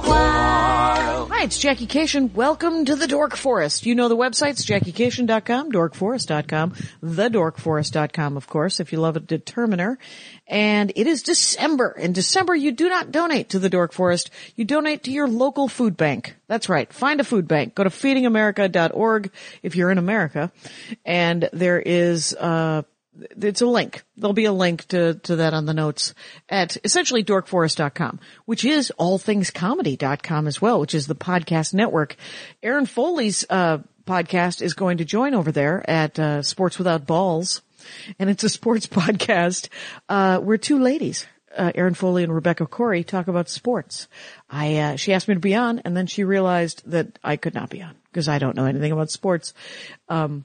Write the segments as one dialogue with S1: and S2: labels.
S1: while.
S2: Hi, it's Jackie Cation. Welcome to the Dork Forest. You know the websites, jackiecation.com, dorkforest.com, thedorkforest.com, of course, if you love a determiner. And it is December. In December, you do not donate to the Dork Forest. You donate to your local food bank. That's right. Find a food bank. Go to feedingamerica.org if you're in America. And there is, uh, it's a link. There'll be a link to, to that on the notes at essentially dorkforest.com, which is allthingscomedy.com as well, which is the podcast network. Aaron Foley's, uh, podcast is going to join over there at, uh, Sports Without Balls. And it's a sports podcast, uh, where two ladies, uh, Aaron Foley and Rebecca Corey talk about sports. I, uh, she asked me to be on and then she realized that I could not be on because I don't know anything about sports. Um,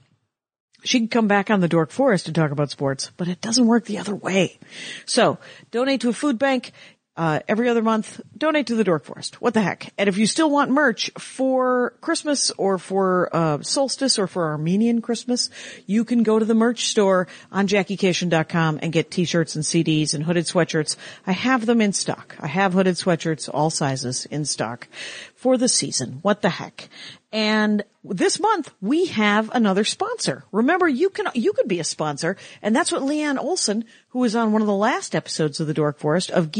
S2: she can come back on the Dork Forest to talk about sports, but it doesn't work the other way. So donate to a food bank. Uh, every other month, donate to the Dork Forest. What the heck? And if you still want merch for Christmas or for uh, solstice or for Armenian Christmas, you can go to the merch store on JackieCation.com and get t-shirts and CDs and hooded sweatshirts. I have them in stock. I have hooded sweatshirts, all sizes, in stock for the season. What the heck? And this month we have another sponsor. Remember, you can, you could be a sponsor. And that's what Leanne Olson, who was on one of the last episodes of the Dork Forest of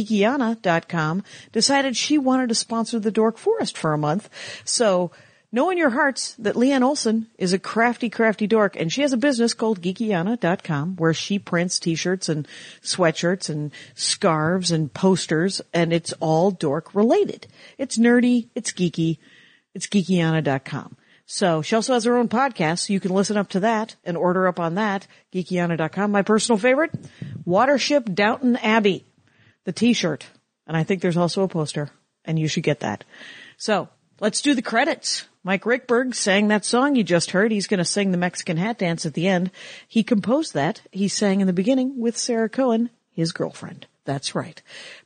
S2: Geekiana.com decided she wanted to sponsor the Dork Forest for a month. So know in your hearts that Leanne Olson is a crafty, crafty dork and she has a business called Geekiana.com where she prints t-shirts and sweatshirts and scarves and posters and it's all dork related. It's nerdy. It's geeky. It's geekiana.com. So she also has her own podcast. So you can listen up to that and order up on that. Geekiana.com. My personal favorite, Watership Downton Abbey, the t-shirt. And I think there's also a poster and you should get that. So let's do the credits. Mike Rickberg sang that song you just heard. He's going to sing the Mexican hat dance at the end. He composed that. He sang in the beginning with Sarah Cohen, his girlfriend. That's right.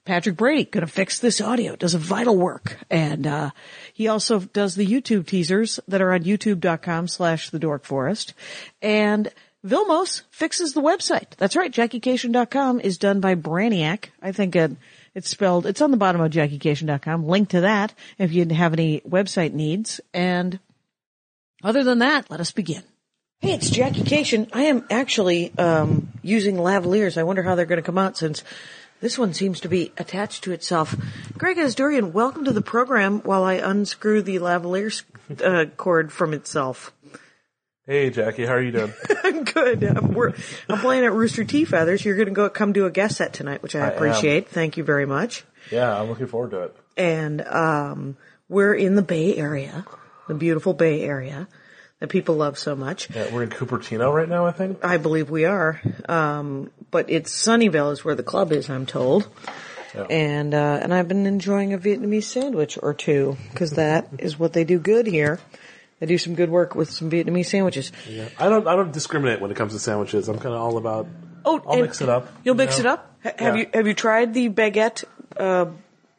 S2: Patrick Brady gonna fix this audio, does a vital work. And, uh, he also does the YouTube teasers that are on youtube.com slash the dork forest. And Vilmos fixes the website. That's right. JackieCation.com is done by Braniac. I think uh, it's spelled, it's on the bottom of JackieCation.com. Link to that if you have any website needs. And other than that, let us begin. Hey, it's Jackie Cation. I am actually um, using lavaliers. I wonder how they're going to come out since this one seems to be attached to itself. Greg Asdurian, welcome to the program while I unscrew the lavalier uh, cord from itself.
S3: Hey Jackie, how are you doing?
S2: I'm good. I'm, wor- I'm playing at Rooster Tea Feathers. You're going to go come do a guest set tonight, which I
S3: am.
S2: appreciate. Thank you very much.
S3: yeah, I'm looking forward to it.
S2: and um, we're in the Bay Area, the beautiful Bay Area that people love so much.
S3: Yeah, we're in Cupertino right now, I think.
S2: I believe we are, um, but it's Sunnyvale is where the club is, I'm told. And uh, and I've been enjoying a Vietnamese sandwich or two because that is what they do good here. They do some good work with some Vietnamese sandwiches.
S3: Yeah. I don't I don't discriminate when it comes to sandwiches. I'm kind of all about
S2: Oh,
S3: I'll
S2: and
S3: mix it up,
S2: You'll
S3: you
S2: mix
S3: know?
S2: it up. H- Have
S3: Yeah.
S2: you have you tried the baguette uh,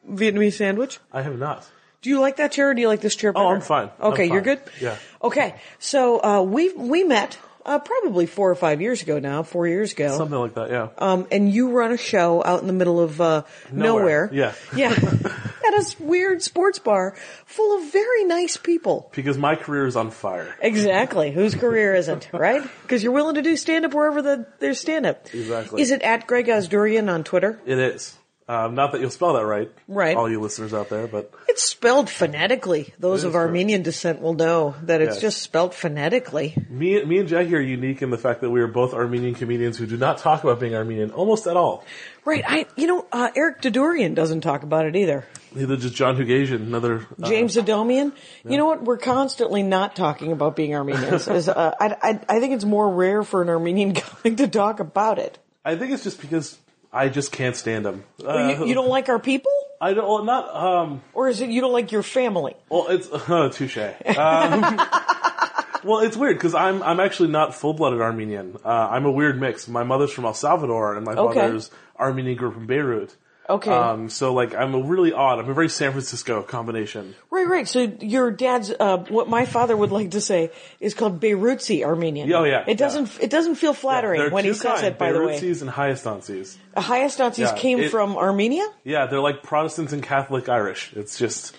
S2: Vietnamese sandwich?
S3: I have not.
S2: Do you like that chair or do you like this chair better?
S3: Oh, I'm fine. I'm
S2: Okay, you're
S3: fine.
S2: good?
S3: Yeah.
S2: Okay. So, uh, we, we met, uh, probably four or five years ago now, four years ago.
S3: Something like that, yeah.
S2: um, and you run a show out in the middle of, uh, nowhere.
S3: Nowhere. Yeah.
S2: Yeah. At a s- weird sports bar full of very nice people.
S3: because my career is on fire.
S2: Exactly. Whose career isn't, right? Because you're willing to do stand up wherever the, there's stand up.
S3: Exactly.
S2: Is it at Greg Asdurian on Twitter?
S3: It is. Um, not that you'll spell that right,
S2: Right.
S3: All you listeners out there, but
S2: It's spelled phonetically. Those
S3: It
S2: of
S3: is correct.
S2: Armenian descent will know that it's
S3: Yes.
S2: just spelled phonetically.
S3: me, me and Jackie are unique in the fact that we are both Armenian comedians who do not talk about being Armenian almost at all.
S2: Right. I, you know, uh, Eric Dodorian doesn't talk about it either.
S3: Neither does John Hugazian, another uh,
S2: James Adomian. You know what? We're constantly not talking about being Armenians. Is, uh, I, I, I think it's more rare for an Armenian comic to talk about it.
S3: I think it's just because I just can't stand him. Uh,
S2: You, you don't like our people?
S3: I don't. well, Not. Um,
S2: Or is it you don't like your family?
S3: Well, it's uh, touche. Um, oh, Well, it's weird because I'm I'm actually not full blooded Armenian. Uh, I'm a weird mix. My mother's from El Salvador, and my
S2: Okay.
S3: father's Armenian grew up in Beirut.
S2: Okay.
S3: Um, so like I'm a really odd. I'm a very San Francisco combination.
S2: Right, right. So your dad's uh, what my father would like to say is called Beirutsi Armenian.
S3: Yeah, oh, yeah,
S2: It doesn't it doesn't feel flattering
S3: There are
S2: when
S3: two
S2: he says
S3: kind,
S2: it. By the way,
S3: Beirutsis and Hyastansis.
S2: the highest Nazis
S3: Yeah,
S2: came
S3: it-
S2: from Armenia.
S3: Yeah, they're like Protestants and Catholic Irish. It's just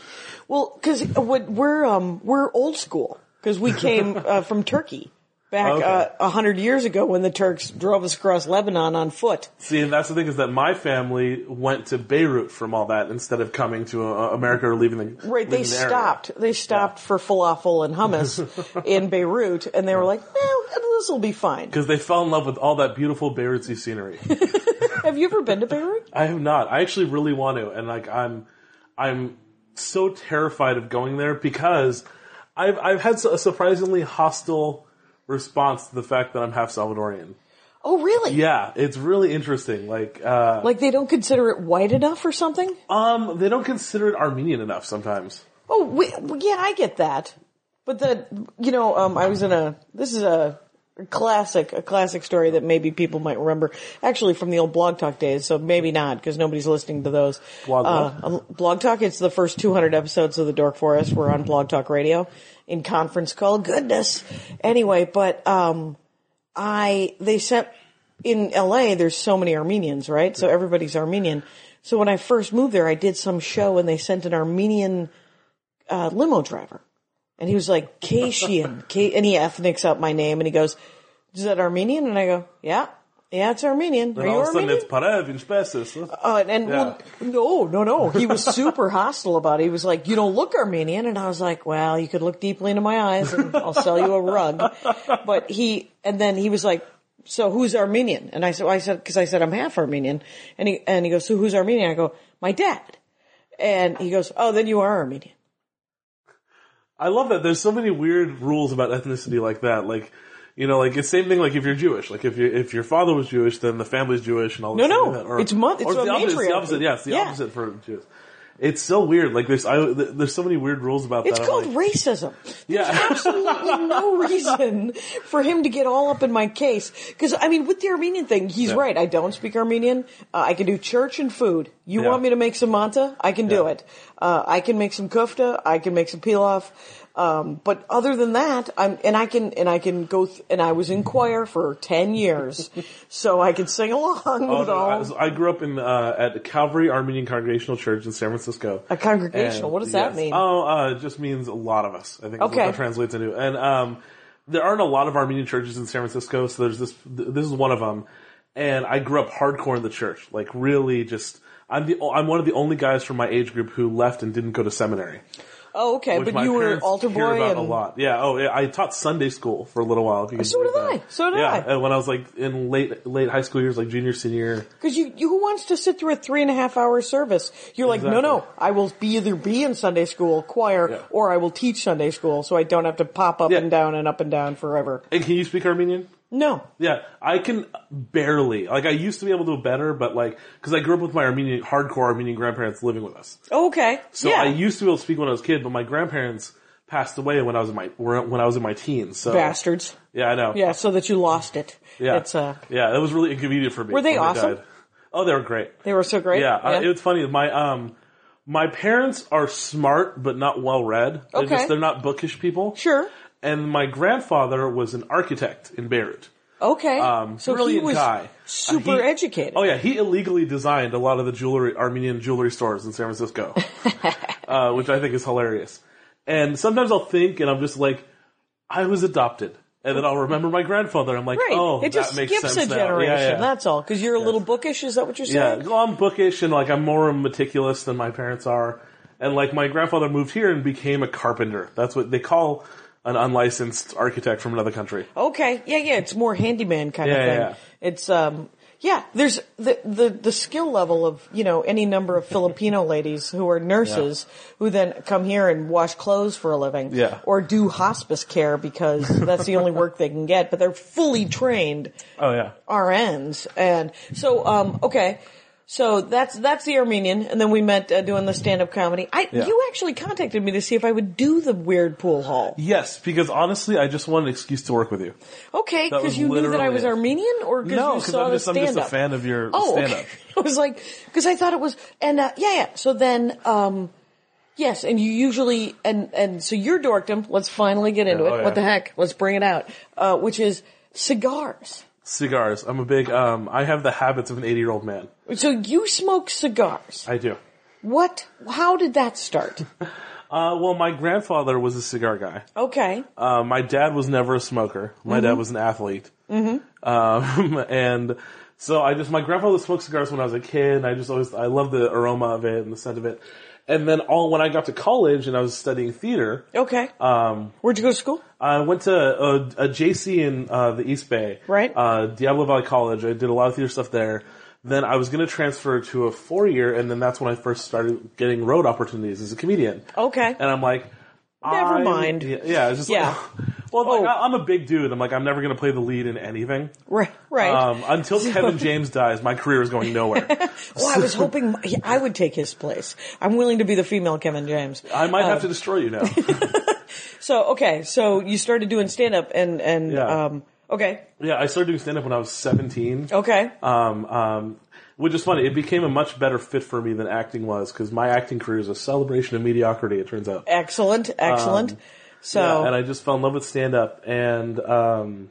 S2: Well, because we're um, we're old school because we came uh, from Turkey back
S3: Okay.
S2: uh, a hundred years ago when the Turks drove us across Lebanon on foot.
S3: see, and that's the thing is that my family went to Beirut from all that instead of coming to uh, America or leaving the
S2: Right, they
S3: leaving the area.
S2: stopped. They stopped for falafel and hummus in Beirut, and they were like, "Well, this will be fine."
S3: because they fell in love with all that beautiful Beirutsi scenery.
S2: Have you ever been to Beirut?
S3: I have not. I actually really want to, and like I'm, I'm so terrified of going there because I've I've had a surprisingly hostile response to the fact that I'm half Salvadorian.
S2: Oh, really?
S3: Yeah, it's really interesting. Like, uh,
S2: Like they don't consider it white enough or something?
S3: um, they don't consider it Armenian enough sometimes.
S2: Oh, we, well, yeah, I get that. But the, you know, um, I was in a, this is a classic, a classic story that maybe people might remember, actually from the old Blog Talk days, so maybe not, because nobody's listening to those.
S3: Blog Talk?
S2: Uh, um, Blog Talk, it's the first 200 episodes of the Dork Forest. We're on Blog Talk Radio in conference call. Goodness. Anyway, but, um, I, they sent, in LA, there's so many Armenians, right? So everybody's Armenian. So when I first moved there, I did some show and they sent an Armenian, uh, limo driver. And he was like, Kashian. K- and he ethnics up my name and he goes, is that Armenian? And I go, yeah, yeah, it's Armenian. Are
S3: And
S2: you
S3: all of a sudden,
S2: Armenian?
S3: it's Parev in Spesis.
S2: Oh, and, and
S3: Yeah.
S2: well, no, no, no. He was super hostile about it. He was like, "You don't look Armenian," and I was like, "Well, you could look deeply into my eyes, and I'll sell you a rug." But he, and then he was like, "So who's Armenian?" And I said, "I said because I said I'm half Armenian," and he and he goes, "So who's Armenian?" I go, "My dad," and he goes, "Oh, then you are Armenian."
S3: I love that. There's so many weird rules about ethnicity like that. Like, you know, like it's same thing. Like if you're Jewish, like if you if your father was Jewish, then the family's Jewish and all.
S2: No,
S3: This stuff
S2: no.
S3: like that. Or,
S2: It's mon- it's
S3: or
S2: a
S3: the opposite. It's
S2: matriarchy.
S3: the opposite. Yeah, it's the
S2: Yeah.
S3: opposite for Jews. It's so weird. Like there's I, th- there's so many weird rules about
S2: It's
S3: that. I'm
S2: called
S3: like-
S2: racism.
S3: Yeah.
S2: There's absolutely no reason for him to get all up in my case. Because, I mean, with the Armenian thing, he's
S3: Yeah.
S2: right. I don't speak Armenian. Uh, I can do church and food. You
S3: Yeah.
S2: want me to make some manta? I can do
S3: Yeah.
S2: it. Uh, I can make some kofta. I can make some pilaf. Um, but other than that, I'm, and I can, and I can go, th- and I was in choir for 10 years. so I could sing along
S3: Oh,
S2: with
S3: no,
S2: all.
S3: I, so I grew up in uh, at Calvary Armenian Congregational Church in San Francisco.
S2: A congregational? What does that mean?
S3: Oh, uh, it just means a lot of us. I think is
S2: Okay.
S3: what that translates into. And um, there aren't a lot of Armenian churches in San Francisco, so there's this. th- This is one of them. And I grew up hardcore in the church, like really just. I'm the o- I'm one of the only guys from my age group who left and didn't go to seminary.
S2: oh, okay.
S3: which
S2: But
S3: my
S2: you were
S3: parents
S2: altar
S3: hear
S2: boy
S3: about
S2: and Oh,
S3: a lot. Yeah. Oh, yeah, I taught Sunday school for a little while. if you can
S2: So
S3: believe
S2: did
S3: that.
S2: I. So did
S3: yeah,
S2: I.
S3: And when I was like in late late high school years, like junior senior. year.
S2: Because you, you, who wants to sit through a three and a half hour service? You're like,
S3: Exactly.
S2: no, no, I will be either be in Sunday school choir
S3: Yeah.
S2: or I will teach Sunday school, so I don't have to pop up
S3: Yeah.
S2: and down and up and down forever.
S3: And can you speak Armenian?
S2: No,
S3: Yeah, I can barely. Like I used to be able to do better, but like because I grew up with my Armenian hardcore Armenian grandparents living with us,
S2: okay,
S3: so
S2: yeah,
S3: I used to be able to speak when I was a kid. But my grandparents passed away when I was in my when I was in my teens. So
S2: bastards.
S3: Yeah, I know.
S2: Yeah, so that you lost it.
S3: yeah,
S2: it's uh,
S3: yeah. That was really inconvenient for me.
S2: Were they
S3: when
S2: awesome?
S3: died. Oh, they were great.
S2: they were so great.
S3: Yeah, Uh, it's funny. My um, my parents are smart but not well read. They're
S2: Okay.
S3: just they're not bookish people.
S2: sure,
S3: And my grandfather was an architect in Beirut.
S2: okay.
S3: Um,
S2: so he
S3: brilliant
S2: was
S3: guy.
S2: super
S3: Uh, he-
S2: educated.
S3: Oh yeah, he illegally designed a lot of the jewelry Armenian jewelry stores in San Francisco, uh, which I think is hilarious. And sometimes I'll think, and I'm just like, I was adopted, and then I'll remember my grandfather. I'm like,
S2: Right,
S3: oh,
S2: it just
S3: that makes
S2: skips a
S3: sense now. Yeah,
S2: generation.
S3: yeah.
S2: That's all. Because you're a little bookish. Is that what you're
S3: Yeah,
S2: saying?
S3: well, I'm bookish and like I'm more meticulous than my parents are. And like my grandfather moved here and became a carpenter. That's what they call an unlicensed architect from another country.
S2: Okay. Yeah, yeah. It's more handyman kind
S3: Yeah,
S2: of thing.
S3: yeah.
S2: It's um yeah, there's the, the the skill level of, you know, any number of Filipino ladies who are nurses who then come here and wash clothes for a living.
S3: Yeah.
S2: Or do hospice care because that's the only work they can get, but they're fully trained
S3: Oh yeah.
S2: RNs. And so, um, okay. So that's that's the Armenian, and then we met uh, doing the stand up comedy. I
S3: Yeah.
S2: you actually contacted me to see if I would do the weird pool hall.
S3: Yes, because honestly, I just want an excuse to work with you.
S2: Okay,
S3: That was
S2: because you knew that I
S3: literally
S2: was
S3: it.
S2: Armenian, or because
S3: No,
S2: you
S3: 'cause
S2: saw
S3: I'm
S2: the
S3: just- I'm just a
S2: stand-up?
S3: fan of your
S2: oh, okay.
S3: stand-up.
S2: I was like, because I thought it was, and uh, yeah, yeah. So then, um, yes, and you usually, and and so your dorkdom. Let's finally get into
S3: Yeah,
S2: it.
S3: oh, yeah.
S2: What the heck? Let's bring it out. Uh, which is cigars.
S3: Cigars. I'm a big. Um, I have the habits of an 80 year old man.
S2: So you smoke cigars.
S3: I do.
S2: What? How did that start?
S3: Uh, well, my grandfather was a cigar guy.
S2: Okay.
S3: Uh, my dad was never a smoker. My dad was an athlete. Mm-hmm. Um, and so I just, my grandfather smoked cigars when I was a kid. and I just always, I loved the aroma of it and the scent of it. And then all, when I got to college and I was studying theater,
S2: Okay. Um, Where'd you go to school?
S3: I went to a, a JC in uh, the East Bay,
S2: Right.
S3: Uh, Diablo Valley College. I did a lot of theater stuff there. Then I was going to transfer to a four year, and then that's when I first started getting road opportunities as a comedian.
S2: Okay.
S3: And I'm like,
S2: Oh. Never
S3: I'm-
S2: mind.
S3: Yeah, yeah, it's just
S2: Yeah.
S3: like, well, like,
S2: Oh.
S3: I- I'm a big dude. I'm like, I'm never going to play the lead in anything.
S2: Right. Right.
S3: Um, until Kevin James dies, my career is going nowhere.
S2: well, I was hoping he- I would take his place. I'm willing to be the female Kevin James.
S3: I might
S2: Oh.
S3: have to destroy you now.
S2: So okay, so you started doing stand up and and
S3: Yeah.
S2: um okay.
S3: yeah, I started doing stand up when I was 17.
S2: Okay.
S3: um, um, which is funny. It became a much better fit for me than acting was because my acting career is a celebration of mediocrity. It turns out.
S2: excellent. Excellent. so
S3: Um, Yeah, and I just fell in love with stand up, and um,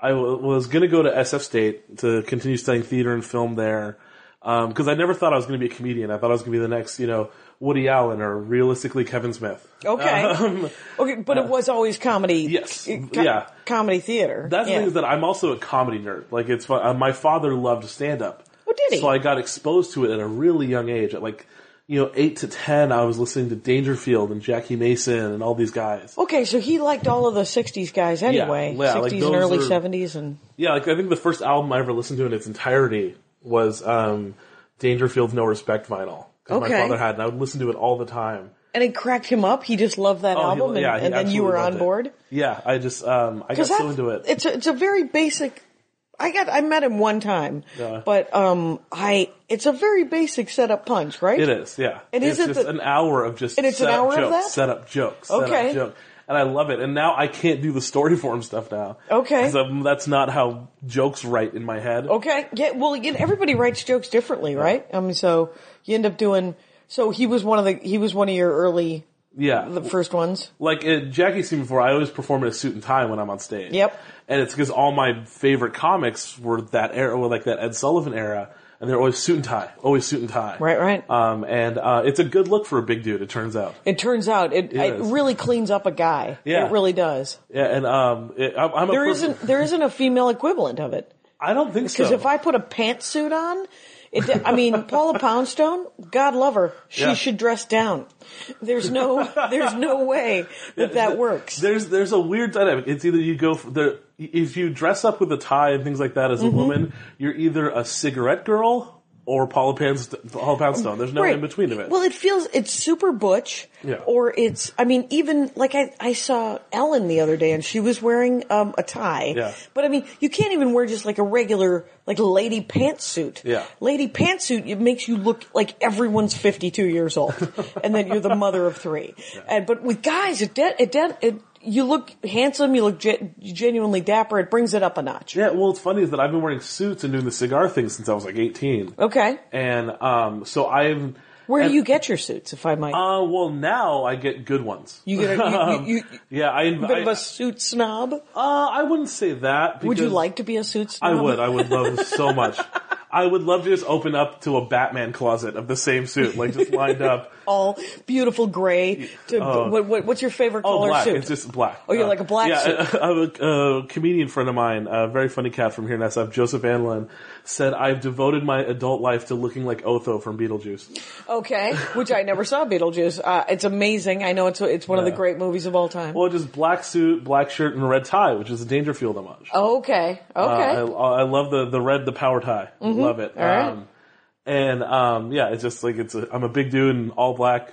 S3: I w- was going to go to SF State to continue studying theater and film there because I never thought I was going to be a comedian. I thought I was going to be the next, you know, Woody Allen or realistically Kevin Smith.
S2: okay.
S3: Um,
S2: okay, but it was always comedy.
S3: Yes.
S2: co-
S3: Yeah.
S2: Comedy theater.
S3: That's
S2: Yeah.
S3: the thing is that I'm also a comedy nerd. Like it's fun. Uh, my father loved stand up.
S2: Oh, did he?
S3: So I got exposed to it at a really young age. At like you know eight to ten, I was listening to Dangerfield and Jackie Mason and all these guys.
S2: Okay, so he liked all of the '60s guys anyway,
S3: yeah,
S2: '60s
S3: like
S2: and
S3: those
S2: early
S3: are-
S2: '70s, and
S3: Yeah, like I think the first album I ever listened to in its entirety was um, Dangerfield's No Respect vinyl. 'cause
S2: Okay.
S3: My father had, and I would listen to it all the time.
S2: and it cracked him up. He just loved that
S3: Oh, he-
S2: album, and,
S3: yeah, he
S2: and then you
S3: absolutely
S2: were
S3: loved
S2: on
S3: it.
S2: board.
S3: Yeah, I just um, I got
S2: Because
S3: so into it.
S2: It's a, it's a very basic. I got I met him one time,
S3: Yeah.
S2: but um, I it's a very basic setup punch, right?
S3: It is, yeah.
S2: And
S3: it's
S2: is it
S3: just
S2: the-
S3: an hour of just
S2: And it's
S3: set
S2: an hour
S3: up
S2: of
S3: jokes,
S2: that?
S3: set up jokes, set
S2: Okay.
S3: up joke. And I love it. And now I can't do the story form stuff now.
S2: Okay. Oh,
S3: 'Cause, um, that's not how jokes write in my head.
S2: Okay, yeah. Well, again, everybody writes jokes differently, right? I mean, so you end up doing. So he was one of the he was one of your early
S3: Yeah.
S2: the first ones.
S3: like uh, Jackie's seen before, I always perform in a suit and tie when I'm on stage.
S2: Yep.
S3: And it's because all my favorite comics were that era, were like that Ed Sullivan era, and they're always suit and tie, always suit and tie.
S2: Right, right.
S3: Um, and uh, it's a good look for a big dude, it turns out.
S2: It turns out it, it,
S3: Yes.
S2: really cleans up a guy.
S3: Yeah.
S2: It really does.
S3: Yeah, and um, it, I'm, I'm a
S2: There
S3: person-
S2: isn't there isn't a female equivalent of it.
S3: I don't think so.
S2: Because if I put a pantsuit on, it, I mean, Paula Poundstone, God love her, she
S3: Yeah.
S2: should dress down. There's no, there's no way that that works.
S3: There's there's a weird dynamic. It's either you go for the if you dress up with a tie and things like that as a
S2: Mm-hmm.
S3: woman, you're either a cigarette girl or Paula, Panst- Paula Poundstone. There's no in between of it.
S2: Well, it feels it's super butch,
S3: Yeah.
S2: or it's. I mean, even like I, I saw Ellen the other day, and she was wearing um, a tie.
S3: Yeah.
S2: But I mean, you can't even wear just like a regular like lady pantsuit.
S3: Yeah.
S2: Lady pantsuit it makes you look like everyone's fifty-two years old, and that you're the mother of three. And but with guys, it de- it, de- it you look handsome, you look ge- genuinely dapper. It brings it up a notch.
S3: yeah, well, it's funny is that I've been wearing suits and doing the cigar thing since I was like 18,
S2: Okay.
S3: and um, so I've
S2: Where
S3: and,
S2: do you get your suits, if I might?
S3: Uh, well, now I get good ones.
S2: You get a- you- you- you-
S3: yeah, I,
S2: a bit of
S3: I
S2: a suit snob.
S3: uh, I wouldn't say that.
S2: Would you
S3: because-
S2: like to be a suit
S3: I
S2: snob?
S3: would. I would love so much. I would love to just open up to a Batman closet of the same suit, like just lined up.
S2: All beautiful gray. To, what, what, what's your favorite
S3: Uh, Oh,
S2: color
S3: black.
S2: suit?
S3: It's just black. Uh,
S2: Oh, you're like a black
S3: yeah,
S2: suit.
S3: I, a, a comedian friend of mine, a very funny cat from here in SF, Joseph Anlin, said, I've devoted my adult life to looking like Otho from Beetlejuice.
S2: okay, which I never saw Beetlejuice. Uh, it's amazing. I know it's it's one of the
S3: Yeah.
S2: great movies of all time.
S3: Well, just black suit, black shirt, and red tie, which is a Dangerfield homage.
S2: okay, okay. Mm-hmm.
S3: Uh, I, I love the, the red, the power tie. Love it.
S2: All right.
S3: Um, and um, yeah, it's just like, it's a, I'm a big dude in all black.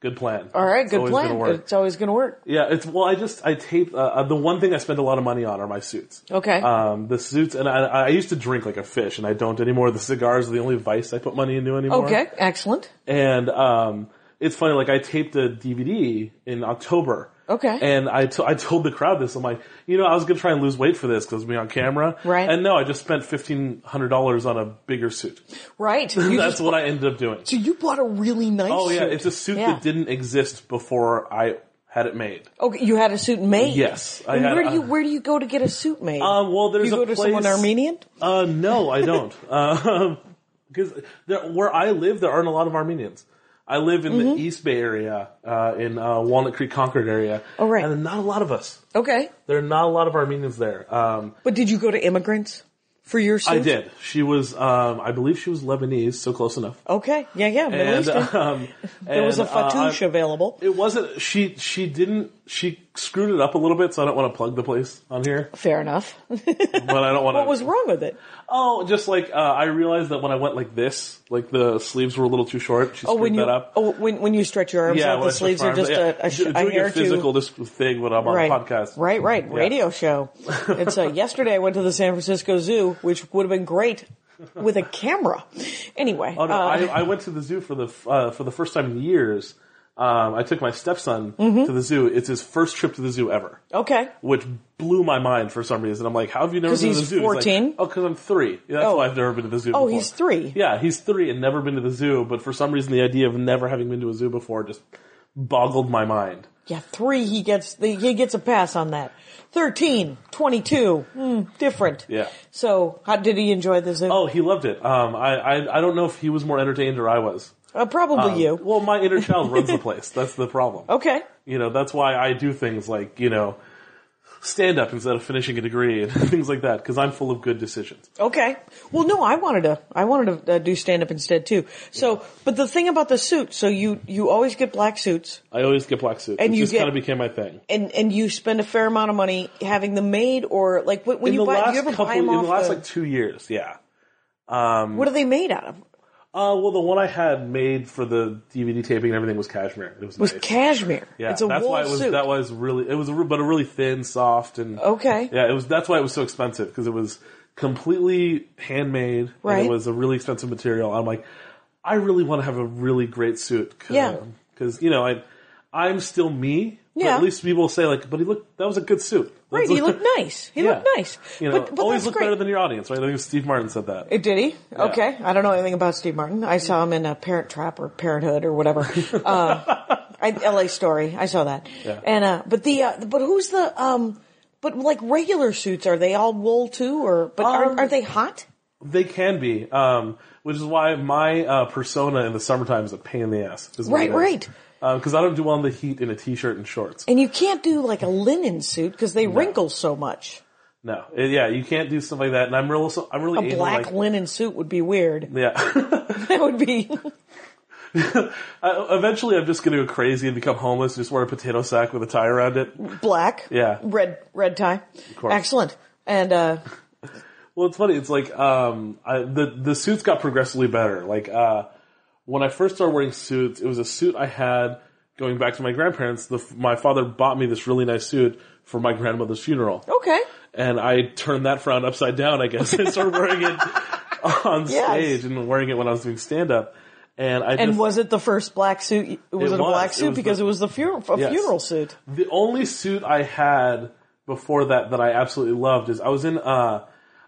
S3: Good plan.
S2: All right,
S3: It's
S2: good
S3: always
S2: plan.
S3: gonna work.
S2: It's always going to work.
S3: Yeah, it's well. I just I tape uh, uh, the one thing I spend a lot of money on are my suits.
S2: Okay.
S3: Um, the suits, and I, I used to drink like a fish, and I don't anymore. The cigars are the only vice I put money into anymore.
S2: okay, excellent.
S3: And um, it's funny, like I taped a DVD in October.
S2: Okay.
S3: And I, t- I told the crowd this. I'm like, you know, I was gonna try and lose weight for this because be on camera.
S2: Right.
S3: And no, I just spent fifteen hundred dollars on a bigger suit.
S2: Right. You
S3: That's
S2: just-
S3: what I ended up doing.
S2: so you bought a really nice
S3: Oh yeah,
S2: suit.
S3: it's a suit
S2: Yeah.
S3: that didn't exist before I had it made.
S2: Okay, you had a suit made.
S3: Yes, I
S2: And
S3: had
S2: where do
S3: a-
S2: you where do you go to get a suit made?
S3: Um, well, there's
S2: you go
S3: a
S2: to
S3: place.
S2: someone Armenian.
S3: Uh, no, I don't. Because there where I live, there aren't a lot of Armenians. I live in
S2: Mm-hmm.
S3: the East Bay area, uh, in uh, Walnut Creek, Concord area.
S2: Oh, right.
S3: And not a lot of us.
S2: Okay,
S3: There are not a lot of Armenians there. Um,
S2: but did you go to immigrants for your suit?
S3: I did. She was, um, I believe she was Lebanese, so close enough.
S2: Okay, yeah, yeah, Middle
S3: And,
S2: Eastern.
S3: um,
S2: there was a
S3: and, uh,
S2: fatouche
S3: I-
S2: available.
S3: It wasn't. She she didn't. She screwed it up a little bit, so I don't want to plug the place on here.
S2: Fair enough.
S3: But I don't want to.
S2: what was wrong with it?
S3: Oh, just like uh, I realized that when I went like this, like the sleeves were a little too short. She
S2: Oh,
S3: screwed
S2: when you
S3: that up.
S2: oh when when you stretch your arms
S3: yeah,
S2: out,
S3: when
S2: the
S3: I took
S2: sleeves are
S3: farm-
S2: just
S3: yeah.
S2: a, a, sh-
S3: Do-
S2: a
S3: doing
S2: hair
S3: a physical
S2: too.
S3: dis- thing when I'm on
S2: Right,
S3: a podcast.
S2: right, right.
S3: Yeah.
S2: Radio show. It's uh, yesterday. I went to the San Francisco Zoo, which would have been great with a camera. Anyway,
S3: Oh no,
S2: uh,
S3: I, I went to the zoo for the f- uh, for the first time in years. Um, I took my stepson
S2: Mm-hmm.
S3: to the zoo. It's his first trip to the zoo ever,
S2: okay.
S3: which blew my mind for some reason. I'm like, how have you never
S2: 'Cause
S3: been to the
S2: he's
S3: zoo? He's like,
S2: 14?
S3: oh, because I'm three. Yeah, that's
S2: Oh.
S3: why I've never been to the zoo.
S2: Oh,
S3: before.
S2: he's three.
S3: Yeah, he's three and never been to the zoo. But for some reason, the idea of never having been to a zoo before just boggled my mind.
S2: Yeah, three, he gets, he gets a pass on that. 13, 22, hmm, different.
S3: Yeah.
S2: So, how did he enjoy the zoo?
S3: Oh, he loved it. Um, I, I I don't know if he was more entertained or I was.
S2: Uh, probably
S3: Um,
S2: you.
S3: Well, my inner child runs the place. That's the problem.
S2: Okay.
S3: You know, that's why I do things like you know, stand up instead of finishing a degree and things like that because I'm full of good decisions.
S2: Okay. Well, no, I wanted to, I wanted to uh, do stand up instead too. So, but the thing about the suit, so you, you always get black suits
S3: I always get black suits.
S2: And
S3: it
S2: you
S3: just
S2: get-
S3: kind of became my thing.
S2: and, and you spend a fair amount of money having them made or like when, when
S3: in
S2: you
S3: the
S2: buy,
S3: last
S2: do you ever
S3: couple,
S2: buy them
S3: in
S2: off
S3: the last
S2: the-
S3: like two years, yeah.
S2: what are they made out of?
S3: Uh, well, the one I had made for the DVD taping and everything was cashmere. It was,
S2: It was
S3: nice.
S2: cashmere.
S3: Yeah,
S2: it's a
S3: that's
S2: wool
S3: why it was.
S2: suit.
S3: That was really. It was, a, re- but a really thin, soft, and
S2: Okay.
S3: Yeah, it was. That's why it was so expensive because it was completely handmade. And
S2: Right.
S3: it was a really expensive material. I'm like, I really want to have a really great suit. Cause,
S2: Yeah.
S3: Because you know, I, I'm still me. but
S2: Yeah.
S3: At least people say like, but he looked. That was a good suit.
S2: right.
S3: That's
S2: He
S3: a-
S2: looked nice. He
S3: Yeah.
S2: looked nice.
S3: You know,
S2: but, but
S3: always
S2: that's
S3: look
S2: great.
S3: better than your audience, right? I think Steve Martin said that.
S2: It- Did he? Okay. I don't know anything about Steve Martin. I saw him in a Parent Trap or Parenthood or whatever. uh, I, L.A. Story. I saw that.
S3: Yeah.
S2: And uh, but the uh, but who's the um but like regular suits are they all wool too or but
S3: Um,
S2: are are they hot?
S3: They can be, um, which is why my uh, persona in the summertime is a pain in the ass. is what
S2: Right,
S3: it is.
S2: right.
S3: Because I don't do well in the heat in a t-shirt and shorts.
S2: And you can't do like a linen suit because they wrinkle so much.
S3: No, Uh, yeah, you can't do stuff like that. And I'm real, so, I'm really
S2: A
S3: anal,
S2: black
S3: like-
S2: linen suit would be weird.
S3: yeah.
S2: That would be
S3: I, eventually, I'm just going to go crazy and become homeless. and Just wear a potato sack with a tie around it.
S2: black.
S3: Yeah.
S2: Red red tie.
S3: course.
S2: Excellent. And uh
S3: Well, it's funny. It's like um, I, the the suits got progressively better. Like uh, when I first started wearing suits, it was a suit I had going back to my grandparents. The, my father bought me this really nice suit for my grandmother's funeral.
S2: okay.
S3: and I turned that frown upside down, I guess, and started wearing it on
S2: Yes.
S3: stage and wearing it when I was doing stand up. And I
S2: And
S3: just,
S2: was it the first black suit? Was it,
S3: It
S2: a
S3: was.
S2: black
S3: It
S2: suit
S3: was
S2: because
S3: the-
S2: it was the funeral a
S3: Yes.
S2: funeral suit?
S3: the only suit I had before that that I absolutely loved is I was in uh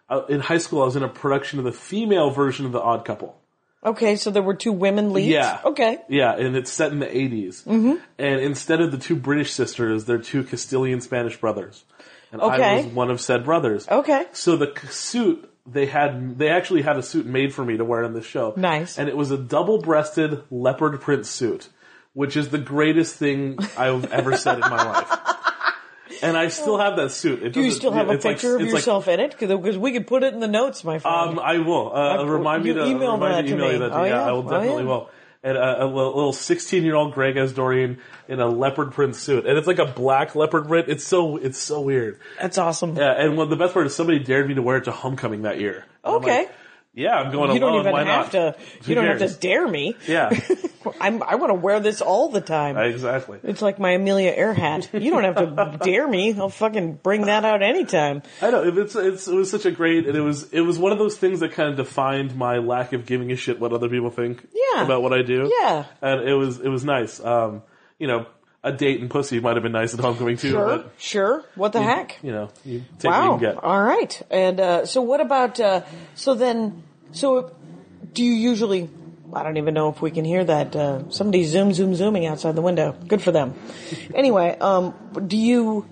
S3: uh, in high school I was in a production of the female version of The Odd Couple.
S2: Okay, so there were two women leads.
S3: Yeah.
S2: Okay.
S3: Yeah, and it's set in the 80s. Mm-hmm. And instead of the two British sisters, they're two Castilian Spanish brothers. And I
S2: Okay.
S3: was one of said brothers.
S2: Okay.
S3: So the c- suit they had, they actually had a suit made for me to wear in this show.
S2: Nice.
S3: And it was a double-breasted leopard print suit, which is the greatest thing I've ever said in my life. And I still have that suit. It
S2: Do you
S3: doesn't-
S2: still have a
S3: it's like-
S2: picture of
S3: it's like-
S2: yourself in it? Because we could put it in the notes, my friend.
S3: um, I will. Uh,
S2: I-
S3: remind me
S2: you
S3: to
S2: emailed
S3: remind
S2: that
S3: me
S2: to
S3: email
S2: me.
S3: you that.
S2: Oh,
S3: yeah,
S2: yeah.
S3: I will
S2: Oh,
S3: definitely
S2: yeah.
S3: will. And uh, a little little sixteen-year-old Greg Asdorian in a leopard print suit, and it's like a black leopard print. It's so it's so weird.
S2: That's awesome.
S3: Yeah, and well, the best part is somebody dared me to wear it to homecoming that year. And I'm
S2: Okay.
S3: like, yeah, I'm going
S2: you
S3: alone.
S2: don't even
S3: Why
S2: have
S3: not?
S2: to.
S3: Who
S2: You don't have
S3: cares?
S2: to dare me.
S3: Yeah.
S2: I'm, I want to wear this all the time.
S3: Exactly.
S2: It's like my Amelia Earhart. You don't have to dare me. I'll fucking bring that out anytime.
S3: I know if it's, it's it was such a great and it was it was one of those things that kind of defined my lack of giving a shit what other people think
S2: Yeah.
S3: about what I do.
S2: Yeah.
S3: and it was it was nice. Um, you know, a date and pussy might have been nice at homecoming too,
S2: Sure,
S3: but
S2: sure. What the
S3: Mm-hmm.
S2: heck?
S3: you know, you take
S2: Wow.
S3: what you can get.
S2: All right. And uh, so, what about? Uh, so then, so do you usually? I don't even know if we can hear that. Uh, somebody zoom, zoom, zooming outside the window. Good for them. anyway, um, do you?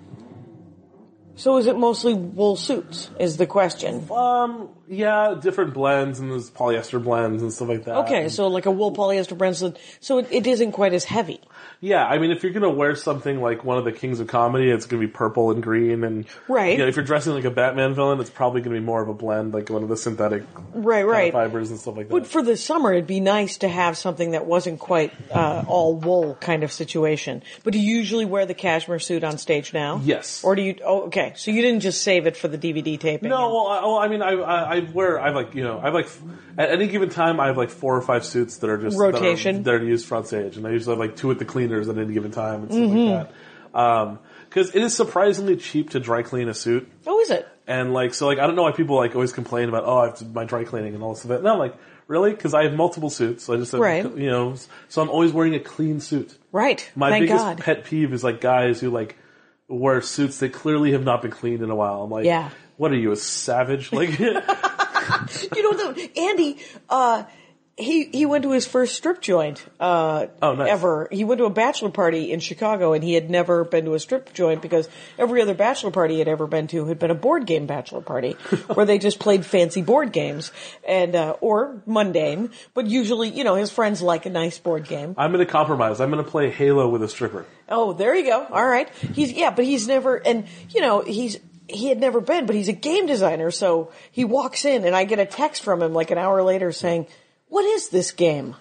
S2: So is it mostly wool suits? Is the question?
S3: Um, yeah, different blends and there's polyester blends and stuff like that.
S2: Okay, so like a wool polyester bracelet. So it, it isn't quite as heavy.
S3: Yeah, I mean, if you're gonna wear something like one of the kings of comedy, it's gonna be purple and green, and
S2: Right.
S3: You know, if you're dressing like a Batman villain, it's probably gonna be more of a blend, like one of the synthetic
S2: Right, right.
S3: fibers and stuff like that.
S2: But for the summer, it'd be nice to have something that wasn't quite uh, all wool kind of situation. But do you usually wear the cashmere suit on stage now?
S3: Yes.
S2: Or do you? Oh, okay. So you didn't just save it for the DVD taping.
S3: no, well, I, well, I mean, I, I, I wear, I have like, you know, I have like, at any given time, I have like four or five suits that are just that are-
S2: Rotation.
S3: that are, used front stage, and I usually have like two at the cleaners at any given time and stuff like
S2: Mm-hmm.
S3: that. Um, because it is surprisingly cheap to dry clean a suit.
S2: Oh, is it?
S3: And like, so like, I don't know why people like always complain about, oh, I have to do my dry cleaning and all this of it. And I'm like, really? Cause I have multiple suits. So I just, have,
S2: Right.
S3: you know, so I'm always wearing a clean suit.
S2: Right.
S3: My
S2: Thank
S3: biggest
S2: God.
S3: pet peeve is like guys who like wear suits that clearly have not been cleaned in a while. I'm like,
S2: Yeah.
S3: what are you, a savage? Like,
S2: you know, the, Andy. Uh, he he went to his first strip joint uh,
S3: Oh, nice.
S2: ever. He went to a bachelor party in Chicago, and he had never been to a strip joint because every other bachelor party he had ever been to had been a board game bachelor party where they just played fancy board games and uh, or mundane, but usually you know his friends like a nice board game.
S3: I'm going to compromise. I'm going to play Halo with a stripper.
S2: Oh, there you go. All right. He's yeah, but he's never and you know, he's he had never been, but he's a game designer, so he walks in and I get a text from him like an hour later saying, "What is this game?"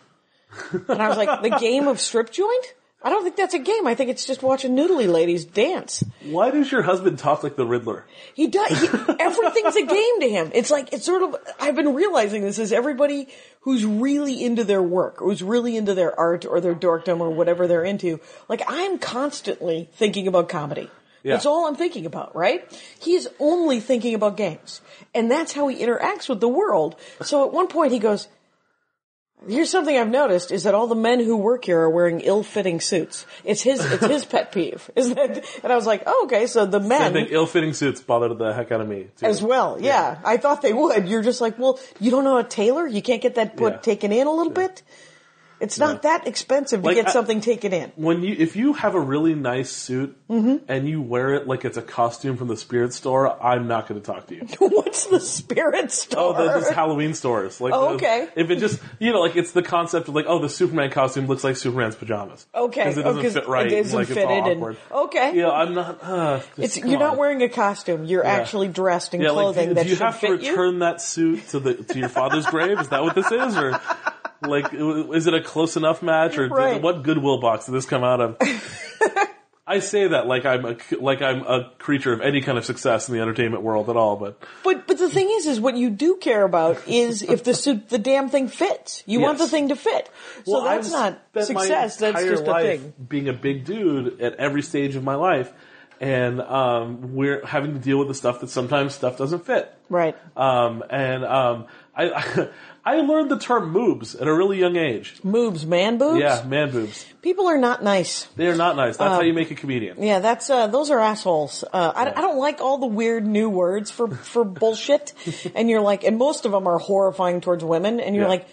S2: And I was like, "The game of strip joint?" I don't think that's a game. I think it's just watching noodly ladies dance.
S3: Why does your husband talk like the Riddler?
S2: He does. He, everything's a game to him. It's like it's sort of. I've been realizing this is everybody who's really into their work, who's really into their art or their dorkdom or whatever they're into. Like I'm constantly thinking about comedy.
S3: Yeah.
S2: That's all I'm thinking about, right? He's only thinking about games, and that's how he interacts with the world. So at one point he goes, Here's something I've noticed is that all the men who work here are wearing ill-fitting suits. It's his, it's his pet peeve. Isn't it? And I was like, oh, okay, so the
S3: I
S2: men
S3: think ill-fitting suits bothered the heck out of me. Too.
S2: as well. Yeah. I thought they would. You're just like, well, you don't know a tailor. You can't get that put
S3: Yeah.
S2: taken in a little bit. It's not that expensive to
S3: Like,
S2: get
S3: I-
S2: something taken in.
S3: When you, if you have a really nice suit
S2: Mm-hmm.
S3: and you wear it like it's a costume from the spirit store, I'm not going to talk to you.
S2: What's the spirit
S3: Oh,
S2: store?
S3: the, just Halloween stores. Like,
S2: Oh,
S3: the-
S2: okay.
S3: If it just, you know, like it's the concept of like, oh, the Superman costume looks like Superman's pajamas.
S2: okay,
S3: because it
S2: Oh,
S3: doesn't fit right.
S2: It isn't
S3: like,
S2: fitted.
S3: It's all
S2: and-
S3: awkward.
S2: okay,
S3: Yeah, I'm not. Uh, just
S2: it's
S3: come
S2: you're not
S3: on.
S2: wearing a costume. You're actually dressed in
S3: Yeah, like,
S2: clothing
S3: do,
S2: that
S3: do you
S2: should
S3: have to
S2: fit you.
S3: return that suit to the to your father's grave? Is that what this is, or like, w- is it a close enough match, or did-
S2: Right.
S3: what goodwill box did this come out of? I say that like I'm a, like I'm a creature of any kind of success in the entertainment world at all, but
S2: But but the thing is, is what you do care about is if the suit, the damn thing fits. You want the
S3: Yes.
S2: thing to fit. So
S3: Well,
S2: that's
S3: I've
S2: not
S3: spent my
S2: success. That's
S3: entire
S2: just a
S3: life
S2: thing.
S3: Being a big dude at every stage of my life, and um, we're having to deal with the stuff that sometimes stuff doesn't fit.
S2: Right.
S3: Um, and um, I, I learned the term moobs at a really young age.
S2: Moobs, man boobs.
S3: Yeah, man boobs.
S2: People are not nice.
S3: They are not nice. That's how you make a comedian.
S2: Um, Yeah, that's uh, those are assholes. Uh, I, I don't like all the weird new words for for bullshit. And you're like, and most of them are horrifying towards women. And you're
S3: Yeah.
S2: like,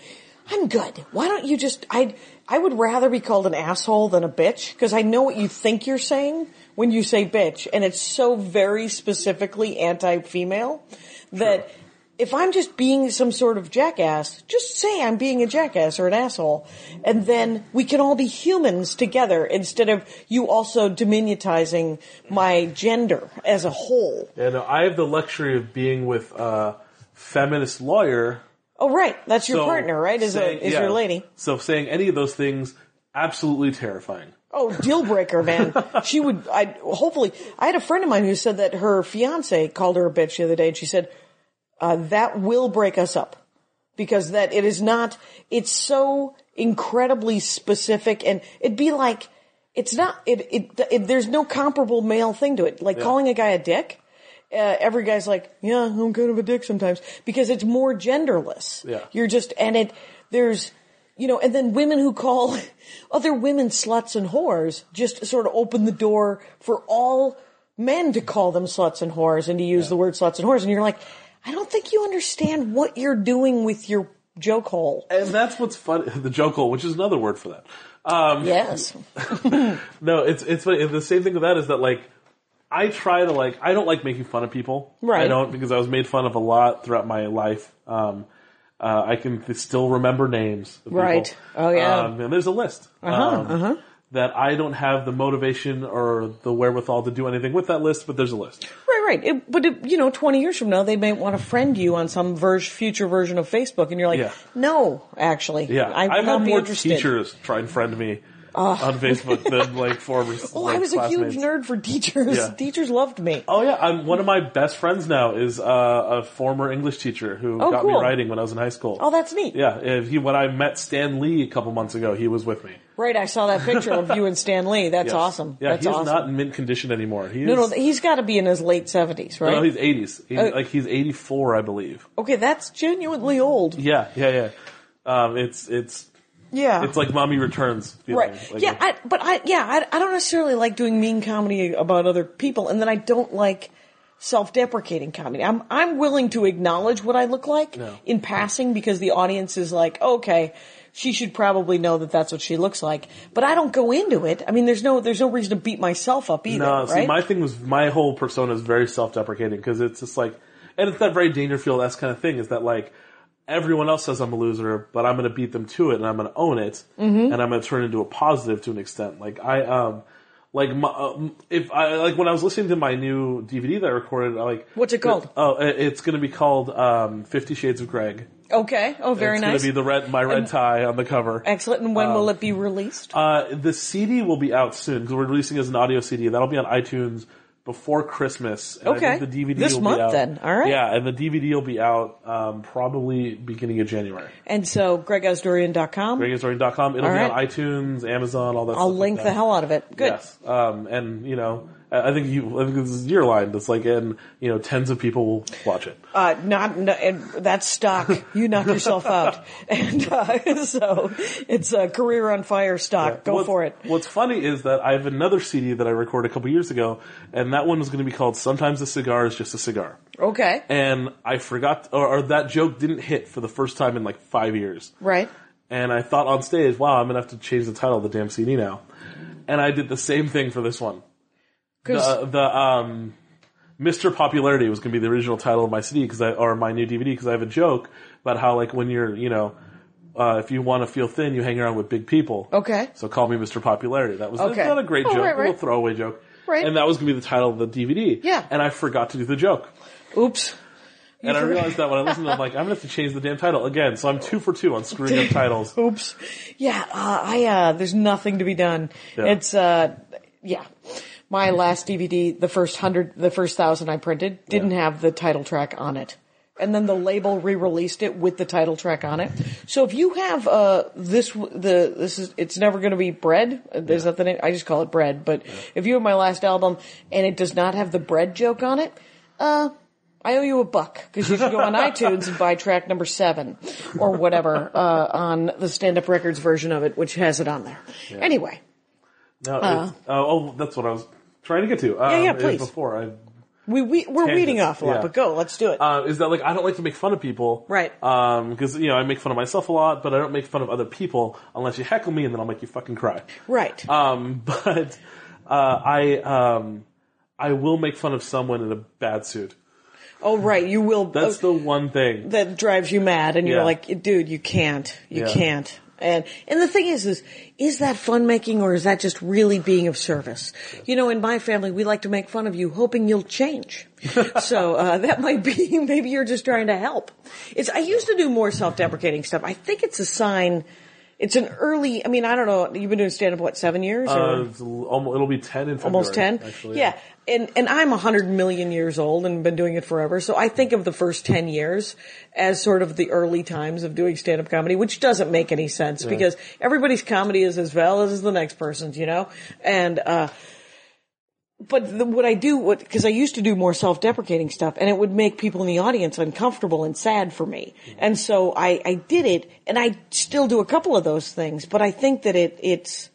S2: I'm good. Why don't you just? I I would rather be called an asshole than a bitch because I know what you think you're saying when you say bitch, and it's so very specifically anti-female that. If I'm just being some sort of jackass, just say I'm being a jackass or an asshole. And then we can all be humans together instead of you also diminutizing my gender as a whole.
S3: And I have the luxury of being with a feminist lawyer.
S2: Oh, right. That's your
S3: so
S2: partner, right? Is,
S3: saying-
S2: a, is
S3: yeah.
S2: your lady.
S3: So saying any of those things, absolutely terrifying.
S2: Oh, deal breaker, man. she would, I, hopefully, I had a friend of mine who said that her fiance called her a bitch the other day and she said, uh, that will break us up because that it is not, it's so, incredibly specific and it'd be like, it's not, it, it, it there's no comparable male thing to it. Like calling a guy a dick. Uh, every guy's like, yeah, I'm kind of a dick sometimes because it's more genderless.
S3: Yeah.
S2: You're just, and it, there's, you know, and then women who call other women sluts and whores just sort of open the door for all men to call them sluts and whores and to use the word sluts and whores. And you're like, I don't think you understand what you're doing with your joke hole.
S3: And that's what's funny. The joke hole, which is another word for that. Um,
S2: Yes.
S3: No, it's it's funny. the same thing with that is that like I try to like I don't like making fun of people.
S2: Right.
S3: I don't because I was made fun of a lot throughout my life. Um, uh, I can th- still remember names. Of
S2: Right.
S3: People.
S2: Oh, yeah.
S3: Um, and there's a list. Uh-huh,
S2: uh-huh.
S3: That I don't have the motivation or the wherewithal to do anything with that list, but there's a list.
S2: Right, right. It, but it, you know, twenty years from now, they may want to friend you on some ver- future version of Facebook, and you're like,
S3: Yeah.
S2: no, actually,
S3: Yeah,
S2: I will
S3: have
S2: not
S3: had
S2: be
S3: more
S2: interested.
S3: teachers try and friend me on Facebook than like former.
S2: Oh,
S3: like,
S2: I was a huge
S3: classmates.
S2: nerd for teachers.
S3: Yeah.
S2: Teachers loved me.
S3: Oh yeah, I'm, one of my best friends now is uh, a former English teacher who
S2: Oh,
S3: got me
S2: cool.
S3: writing when I was in high school.
S2: Oh, that's neat.
S3: yeah. If he, when I met Stan Lee a couple months ago, he was with me.
S2: Right, I saw that picture of you and Stan Lee. That's
S3: Yes.
S2: awesome.
S3: Yeah,
S2: that's
S3: he's
S2: awesome.
S3: not in mint condition anymore. He is,
S2: no, no, he's got to be in his late seventies,
S3: no,
S2: right?
S3: he's 80s. He,
S2: Oh.
S3: like he's 84, I believe.
S2: okay, that's genuinely old.
S3: Yeah, yeah, yeah. Um, it's it's
S2: Yeah,
S3: it's like mommy returns. Feeling.
S2: Right.
S3: Like,
S2: yeah, I, but I yeah, I, I don't necessarily like doing mean comedy about other people and then I don't like self-deprecating comedy. I'm I'm willing to acknowledge what I look like
S3: No.
S2: in passing because the audience is like, "Okay, she should probably know that that's what she looks like." But I don't go into it. I mean, there's no there's no reason to beat myself up either,
S3: No,
S2: right?
S3: see, my thing was my whole persona is very self-deprecating because it's just like, and it's that very Dangerfield esque kind of thing. Is that like everyone else says I'm a loser, but I'm going to beat them to it, and I'm going to own it,
S2: Mm-hmm.
S3: and I'm going to turn it into a positive to an extent. Like I um. Like my, um, if I like when I was listening to my new DVD that I recorded, I like
S2: What's it called?
S3: Oh, it- it's going to be called um, Fifty Shades of Greg.
S2: okay. Oh, very
S3: it's
S2: nice.
S3: going to be the Um, red my red tie on the cover.
S2: Excellent. And when will it be released?
S3: Uh, the CD will be out soon because we're releasing it as an audio CD. That'll be on iTunes before Christmas. And I
S2: Okay.
S3: think the DVD
S2: This
S3: will
S2: month
S3: be out.
S2: then. All right.
S3: Yeah, and the DVD will be out um, probably beginning of January.
S2: and so gregasdorian.com.
S3: Reggaestory.com. It'll
S2: All
S3: be
S2: right.
S3: on iTunes, Amazon, all that.
S2: I'll link the hell out of it. Good.
S3: Yes. Um, and you know, I I think you. I think this is your line. That's like, and you know, tens of people will watch it.
S2: uh, not no, and that's stock. You knock yourself out, and uh, so it's a career on fire stock. Go
S3: What's-
S2: for it.
S3: What's funny is that I have another CD that I recorded a couple years ago, and that one was going to be called "Sometimes a Cigar Is Just a Cigar."
S2: Okay,
S3: and I forgot, or, or that joke didn't hit for the first time in like five years.
S2: right.
S3: And I thought on stage, wow, I'm gonna have to change the title of the damn CD now. And I did the same thing for this one.
S2: 'Cause-
S3: The, the um, Mr. Popularity was gonna be the original title of my CD because I or my new DVD because I have a joke about how like when you're you know. Uh, if you want to feel thin, you hang around with big people.
S2: Okay.
S3: So call me Mr. Popularity. That was
S2: Okay.
S3: not a great
S2: Oh,
S3: joke,
S2: right,
S3: a little
S2: right.
S3: throwaway joke.
S2: Right.
S3: And that was going to be the title of the DVD.
S2: Yeah.
S3: And I forgot to do the joke.
S2: Oops.
S3: And I realized that when I listened to it, I'm like, I'm gonna have to change the damn title again. So I'm two for two on screwing up titles.
S2: Oops. Yeah. Uh, I uh, there's nothing to be done.
S3: Yeah.
S2: It's uh, yeah. My last DVD, the first hundred, the first thousand I printed, didn't
S3: Yeah.
S2: have the title track on it, and then the label re-released it with the title track on it. So if you have uh, this, w- the this is it's never going to be bread. Uh, Is that the name? I just call it bread. But if you have my last album and it does not have the bread joke on it, uh, I owe you a buck because you should go on iTunes and buy track number seven or whatever uh, on the Stand Up Records version of it, which has it on there. Anyway,
S3: No, it's- oh, oh, that's what I was trying to get to. Um,
S2: Yeah, yeah,
S3: is
S2: please.
S3: Before I,
S2: we, we we're
S3: Tangent,
S2: weeding off a lot,
S3: yeah.
S2: but go, let's do it.
S3: uh, is that like I don't like to make fun of people,
S2: Right.
S3: Um, because you know I make fun of myself a lot, but I don't make fun of other people unless you heckle me, and then I'll make you fucking cry.
S2: right.
S3: Um, but uh, I um, I will make fun of someone in a bad suit.
S2: oh, right. You will.
S3: That's
S2: oh,
S3: the one thing.
S2: that drives you mad and you're
S3: Yeah.
S2: like dude you can't you
S3: Yeah.
S2: can't and and the thing is is is that fun making or is that just really being of service you know in my family we like to make fun of you hoping you'll change so uh, that might be maybe you're just trying to help it's i used to do more self-deprecating stuff i think it's a sign It's an early. I mean, I don't know. You've been doing stand up what seven years?
S3: Uh, it's al- almo- it'll be ten in February,
S2: almost 10
S3: Actually,
S2: yeah. and and i'm 100 million years old and been doing it forever so i think of the first 10 years as sort of the early times of doing stand-up comedy which doesn't make any sense because everybody's comedy is as valid as the next person's you know and uh but the, what I do, what because I used to do more self-deprecating stuff, and it would make people in the audience uncomfortable and sad for me, and so I, I did it, and I still do a couple of those things, but I think that it it's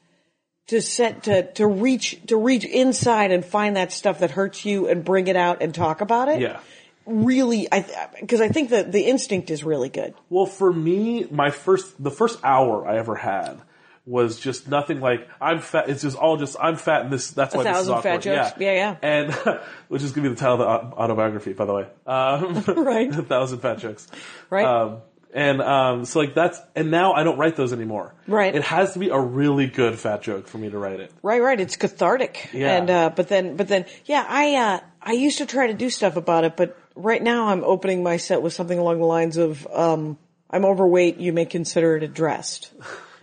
S2: to set to to reach to reach inside and find that stuff that hurts you and bring it out and talk about it.
S3: Yeah.
S2: really, I because I think that the instinct is really good.
S3: Well, for me, my first, the first hour I ever had was just nothing like I'm fat. It's just all just I'm fat, and this that's why this is
S2: thousand
S3: awkward.
S2: fat jokes?
S3: Yeah,
S2: Yeah,
S3: And which is gonna be the title of the au- autobiography, by the way. Um,
S2: Right.
S3: a thousand fat jokes.
S2: Right.
S3: Um, and um, so like that's and now I don't write those anymore.
S2: Right.
S3: It has to be a really good fat joke for me to write it.
S2: Right, right. It's cathartic.
S3: Yeah.
S2: And uh, but then, but then, yeah. I uh, I used to try to do stuff about it, but right now I'm opening my set with something along the lines of, um, "I'm overweight. You may consider it addressed,"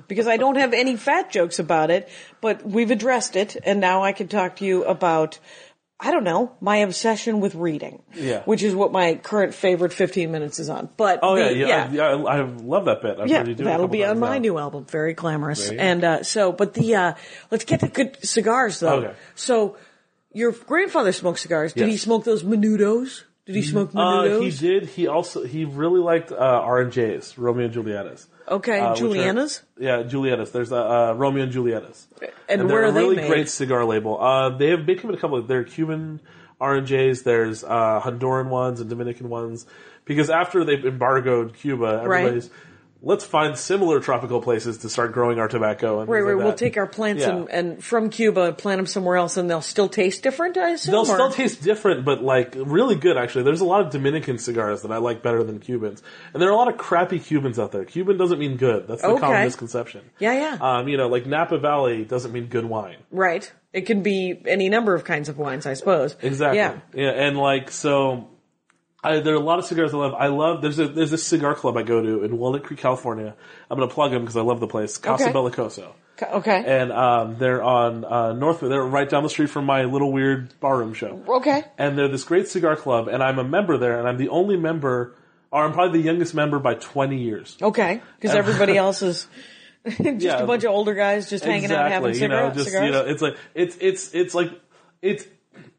S2: because I don't have any fat jokes about it. But we've addressed it, and now I can talk to you about. I don't know, my obsession with reading.
S3: Yeah.
S2: Which is what my current favorite 15 minutes is on. But
S3: Oh yeah,
S2: the-
S3: yeah, I, yeah, I, I love that bit. I've heard you do it a
S2: that'll
S3: couple
S2: be on
S3: times
S2: my
S3: now.
S2: new album. Very glamorous.
S3: Great.
S2: And uh, so, but the uh, let's get to good cigars though.
S3: Okay.
S2: So, your grandfather smoked cigars. Did he
S3: Yes.
S2: smoke those Menudos? Did he smoke Menudos?
S3: Uh, he did. He also he really liked uh, R and J's, Romeo and Juliet's.
S2: Okay,
S3: uh, which
S2: Juliana's.
S3: Are, yeah, Juliet's. There's uh, uh, Romeo and Juliet's,
S2: And where
S3: they're
S2: are
S3: a
S2: they
S3: really
S2: made?
S3: great cigar label. Uh, they have become a couple. of They're Cuban R and J's. There's uh, Honduran ones and Dominican ones. Because after they've embargoed Cuba,
S2: Right.
S3: everybody's let's find similar tropical places to start growing our tobacco. And
S2: Right,
S3: things
S2: right.
S3: like
S2: We'll
S3: that.
S2: take our plants
S3: Yeah.
S2: and, and from Cuba, plant them somewhere else, and they'll still taste different. I assume.
S3: They'll
S2: or-
S3: still taste different, but like really good actually. There's a lot of Dominican cigars that I like better than Cubans, and there are a lot of crappy Cubans out there. Cuban doesn't mean good. That's the
S2: Okay.
S3: common misconception.
S2: Yeah, yeah.
S3: Um, you know, like Napa Valley doesn't mean good wine.
S2: right. It can be any number of kinds of wines, I suppose.
S3: Exactly.
S2: Yeah.
S3: and like so, I, there are a lot of cigars I love. I love there's a there's this cigar club I go to in Walnut Creek, California. I'm gonna plug them because I love the place. Casa
S2: Okay.
S3: Bellicoso.
S2: C- Okay.
S3: And um, they're on uh, North. They're right down the street from my little weird barroom show.
S2: okay.
S3: and they're this great cigar club, and I'm a member there, and I'm the only member, or I'm probably the youngest member by 20 years.
S2: Okay. Because everybody else is just
S3: Yeah.
S2: a bunch of older guys just hanging out, having
S3: you know,
S2: cigarettes,
S3: just
S2: cigars.
S3: you know, it's like it's it's it's like it's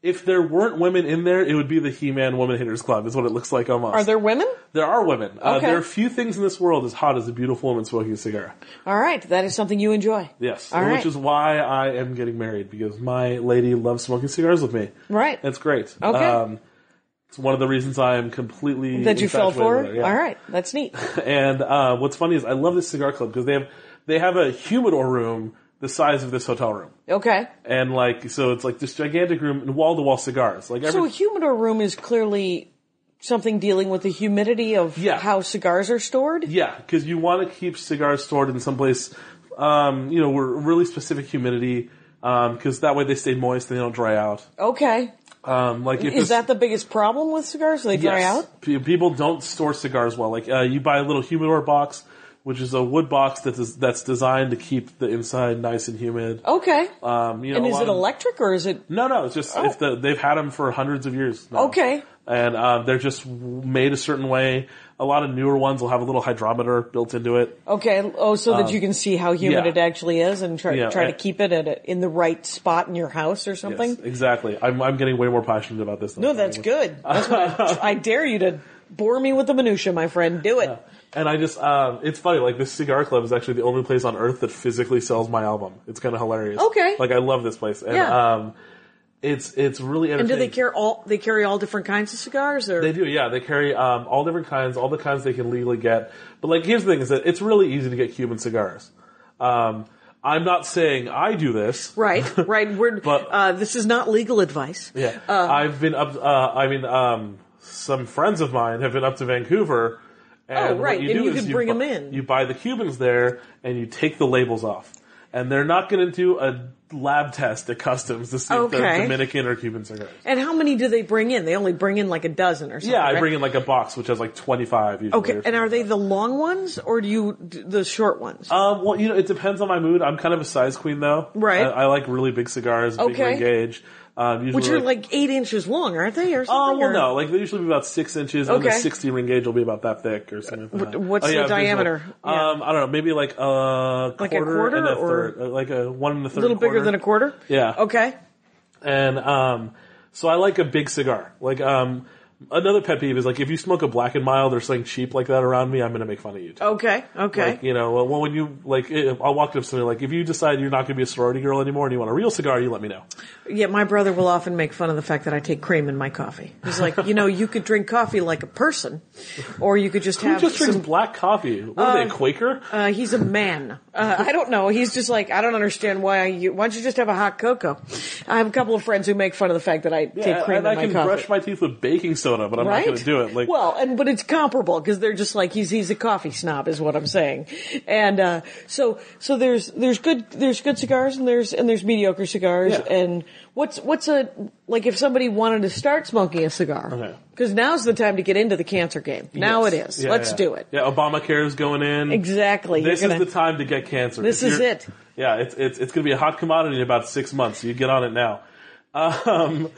S3: if there weren't women in there, it would be the He-Man Woman Haters Club. Is what it looks like almost.
S2: Are there women?
S3: There are women. Uh,
S2: Okay.
S3: there are few things in this world as hot as a beautiful woman smoking a cigar.
S2: All right, that is something you enjoy.
S3: Yes,
S2: All
S3: which
S2: right.
S3: is why I am getting married because my lady loves smoking cigars with me.
S2: Right.
S3: That's great. Um,
S2: Okay.
S3: it's one of the reasons I am completely
S2: that you fell
S3: infatuated
S2: for.
S3: with her, yeah.
S2: All right, that's neat.
S3: And uh, what's funny is I love this cigar club because they have they have a humidor room the size of this hotel room,
S2: Okay.
S3: and like so it's like this gigantic room and wall to wall cigars. Like every
S2: So a humidor room is clearly something dealing with the humidity of
S3: Yeah.
S2: how cigars are stored.
S3: yeah, because you want to keep cigars stored in some place, um, you know, where really specific humidity, because that way they stay moist and they don't dry out.
S2: Okay.
S3: Um, like
S2: Is
S3: if this-
S2: that the biggest problem with cigars? They dry
S3: Yes.
S2: out?
S3: P- People don't store cigars well. Like uh, you buy a little humidor box, which is a wood box that is that's designed to keep the inside nice and humid.
S2: Okay.
S3: Um, you know,
S2: and
S3: a
S2: is
S3: lot
S2: it
S3: of-
S2: electric or is it
S3: No, no. It's just it's the, they've had them for hundreds of years. Now.
S2: Oh. Okay.
S3: and uh, they're just w- made a certain way. A lot of newer ones will have a little hydrometer built into it.
S2: okay? Oh, so that you can see how humid
S3: Um, yeah.
S2: it actually is and try
S3: Yeah,
S2: try to
S3: and-
S2: keep it at a, in the right spot in your house or
S3: Yes,
S2: something.
S3: exactly. I'm I'm getting way more passionate about this. than
S2: No,
S3: I
S2: that's
S3: was.
S2: good. That's what I, I dare you to bore me with the minutia, my friend. Do it.
S3: And I just, um, it's funny, like, this cigar club is actually the only place on earth that physically sells my album. It's kind of hilarious.
S2: Okay.
S3: Like, I love this place. And,
S2: Yeah.
S3: um, it's, it's really
S2: And
S3: entertaining.
S2: do they carry all? They carry all different kinds of cigars, or
S3: They do, yeah. They carry, um, all different kinds, all the kinds they can legally get. But, like, here's the thing is that it's really easy to get Cuban cigars. Um, I'm not saying I do this.
S2: right, right. We're
S3: But-
S2: uh, this is not legal advice.
S3: Yeah. I've been up, uh, I mean, um, some friends of mine have been up to Vancouver. And
S2: Oh, right,
S3: What you
S2: and
S3: do
S2: you
S3: is
S2: can bring
S3: bu-
S2: 'em in.
S3: You buy the Cubans there and you take the labels off. and they're not going to do a lab test at customs to see if they're
S2: Okay.
S3: Dominican or Cuban cigarettes.
S2: And how many do they bring in? They only bring in like a dozen or something.
S3: Yeah, I
S2: right?
S3: bring in like a box which has like twenty five usually.
S2: Okay,
S3: or
S2: and are
S3: something.
S2: they the long ones or do you d- the short ones?
S3: Um, well, you know, it depends on my mood. I'm kind of a size queen though.
S2: Right.
S3: I, I like really big cigars, big
S2: Okay.
S3: ring gauge. Um, usually
S2: Which are like eight inches long, aren't they? Or
S3: Oh
S2: something?
S3: well,
S2: or-
S3: no. Like they usually be about six inches, and the
S2: Okay.
S3: sixty ring gauge will be about that thick or something. Like
S2: What-
S3: that. Oh,
S2: what's the
S3: visual.
S2: diameter? Yeah.
S3: Um, I don't know. Maybe like a quarter,
S2: Like a quarter
S3: and a
S2: or-
S3: third, uh, like a one and a third.
S2: A little bigger than a quarter?
S3: Yeah.
S2: Okay.
S3: And um, so I like a big cigar. Like um, another pet peeve is like if you smoke a Black and Mild or something cheap like that around me, I'm gonna make fun of you. Too.
S2: Okay. Okay.
S3: Like, you know, well, when you like, if I walked up to somebody like, if you decide you're not going to be a sorority girl anymore and you want a real cigar, you let me know.
S2: Yeah, my brother will often make fun of the fact that I take cream in my coffee. He's like, you know, you could drink coffee like a person, or you could just
S3: Who
S2: have
S3: just drinks
S2: some.
S3: black coffee? What are they, a Quaker?
S2: Uh, he's a man. Uh, I don't know. He's just like, I don't understand why you. Why don't you just have a hot cocoa? I have a couple of friends who make fun of the fact that I take
S3: Yeah,
S2: cream
S3: and
S2: in
S3: I
S2: my
S3: can
S2: coffee.
S3: brush my teeth with baking soda, but I'm
S2: right?
S3: not going to do it. Like,
S2: well, and but it's comparable because they're just like he's he's a coffee snob, is what I'm saying. And uh, so so there's there's good there's good cigars and there's and there's mediocre cigars
S3: Yeah.
S2: and what's what's a like if somebody wanted to start smoking a
S3: Okay.
S2: cigar because now's the time to get into the cancer game. Now it is.
S3: Yeah,
S2: Let's
S3: yeah.
S2: do it.
S3: Yeah, Obamacare is going in.
S2: Exactly.
S3: This
S2: You're
S3: is
S2: gonna-
S3: the time to get cancer.
S2: This
S3: If
S2: is
S3: you're-
S2: it.
S3: Yeah, it's it's it's going to be a hot commodity in about six months. So you get on it now. Um,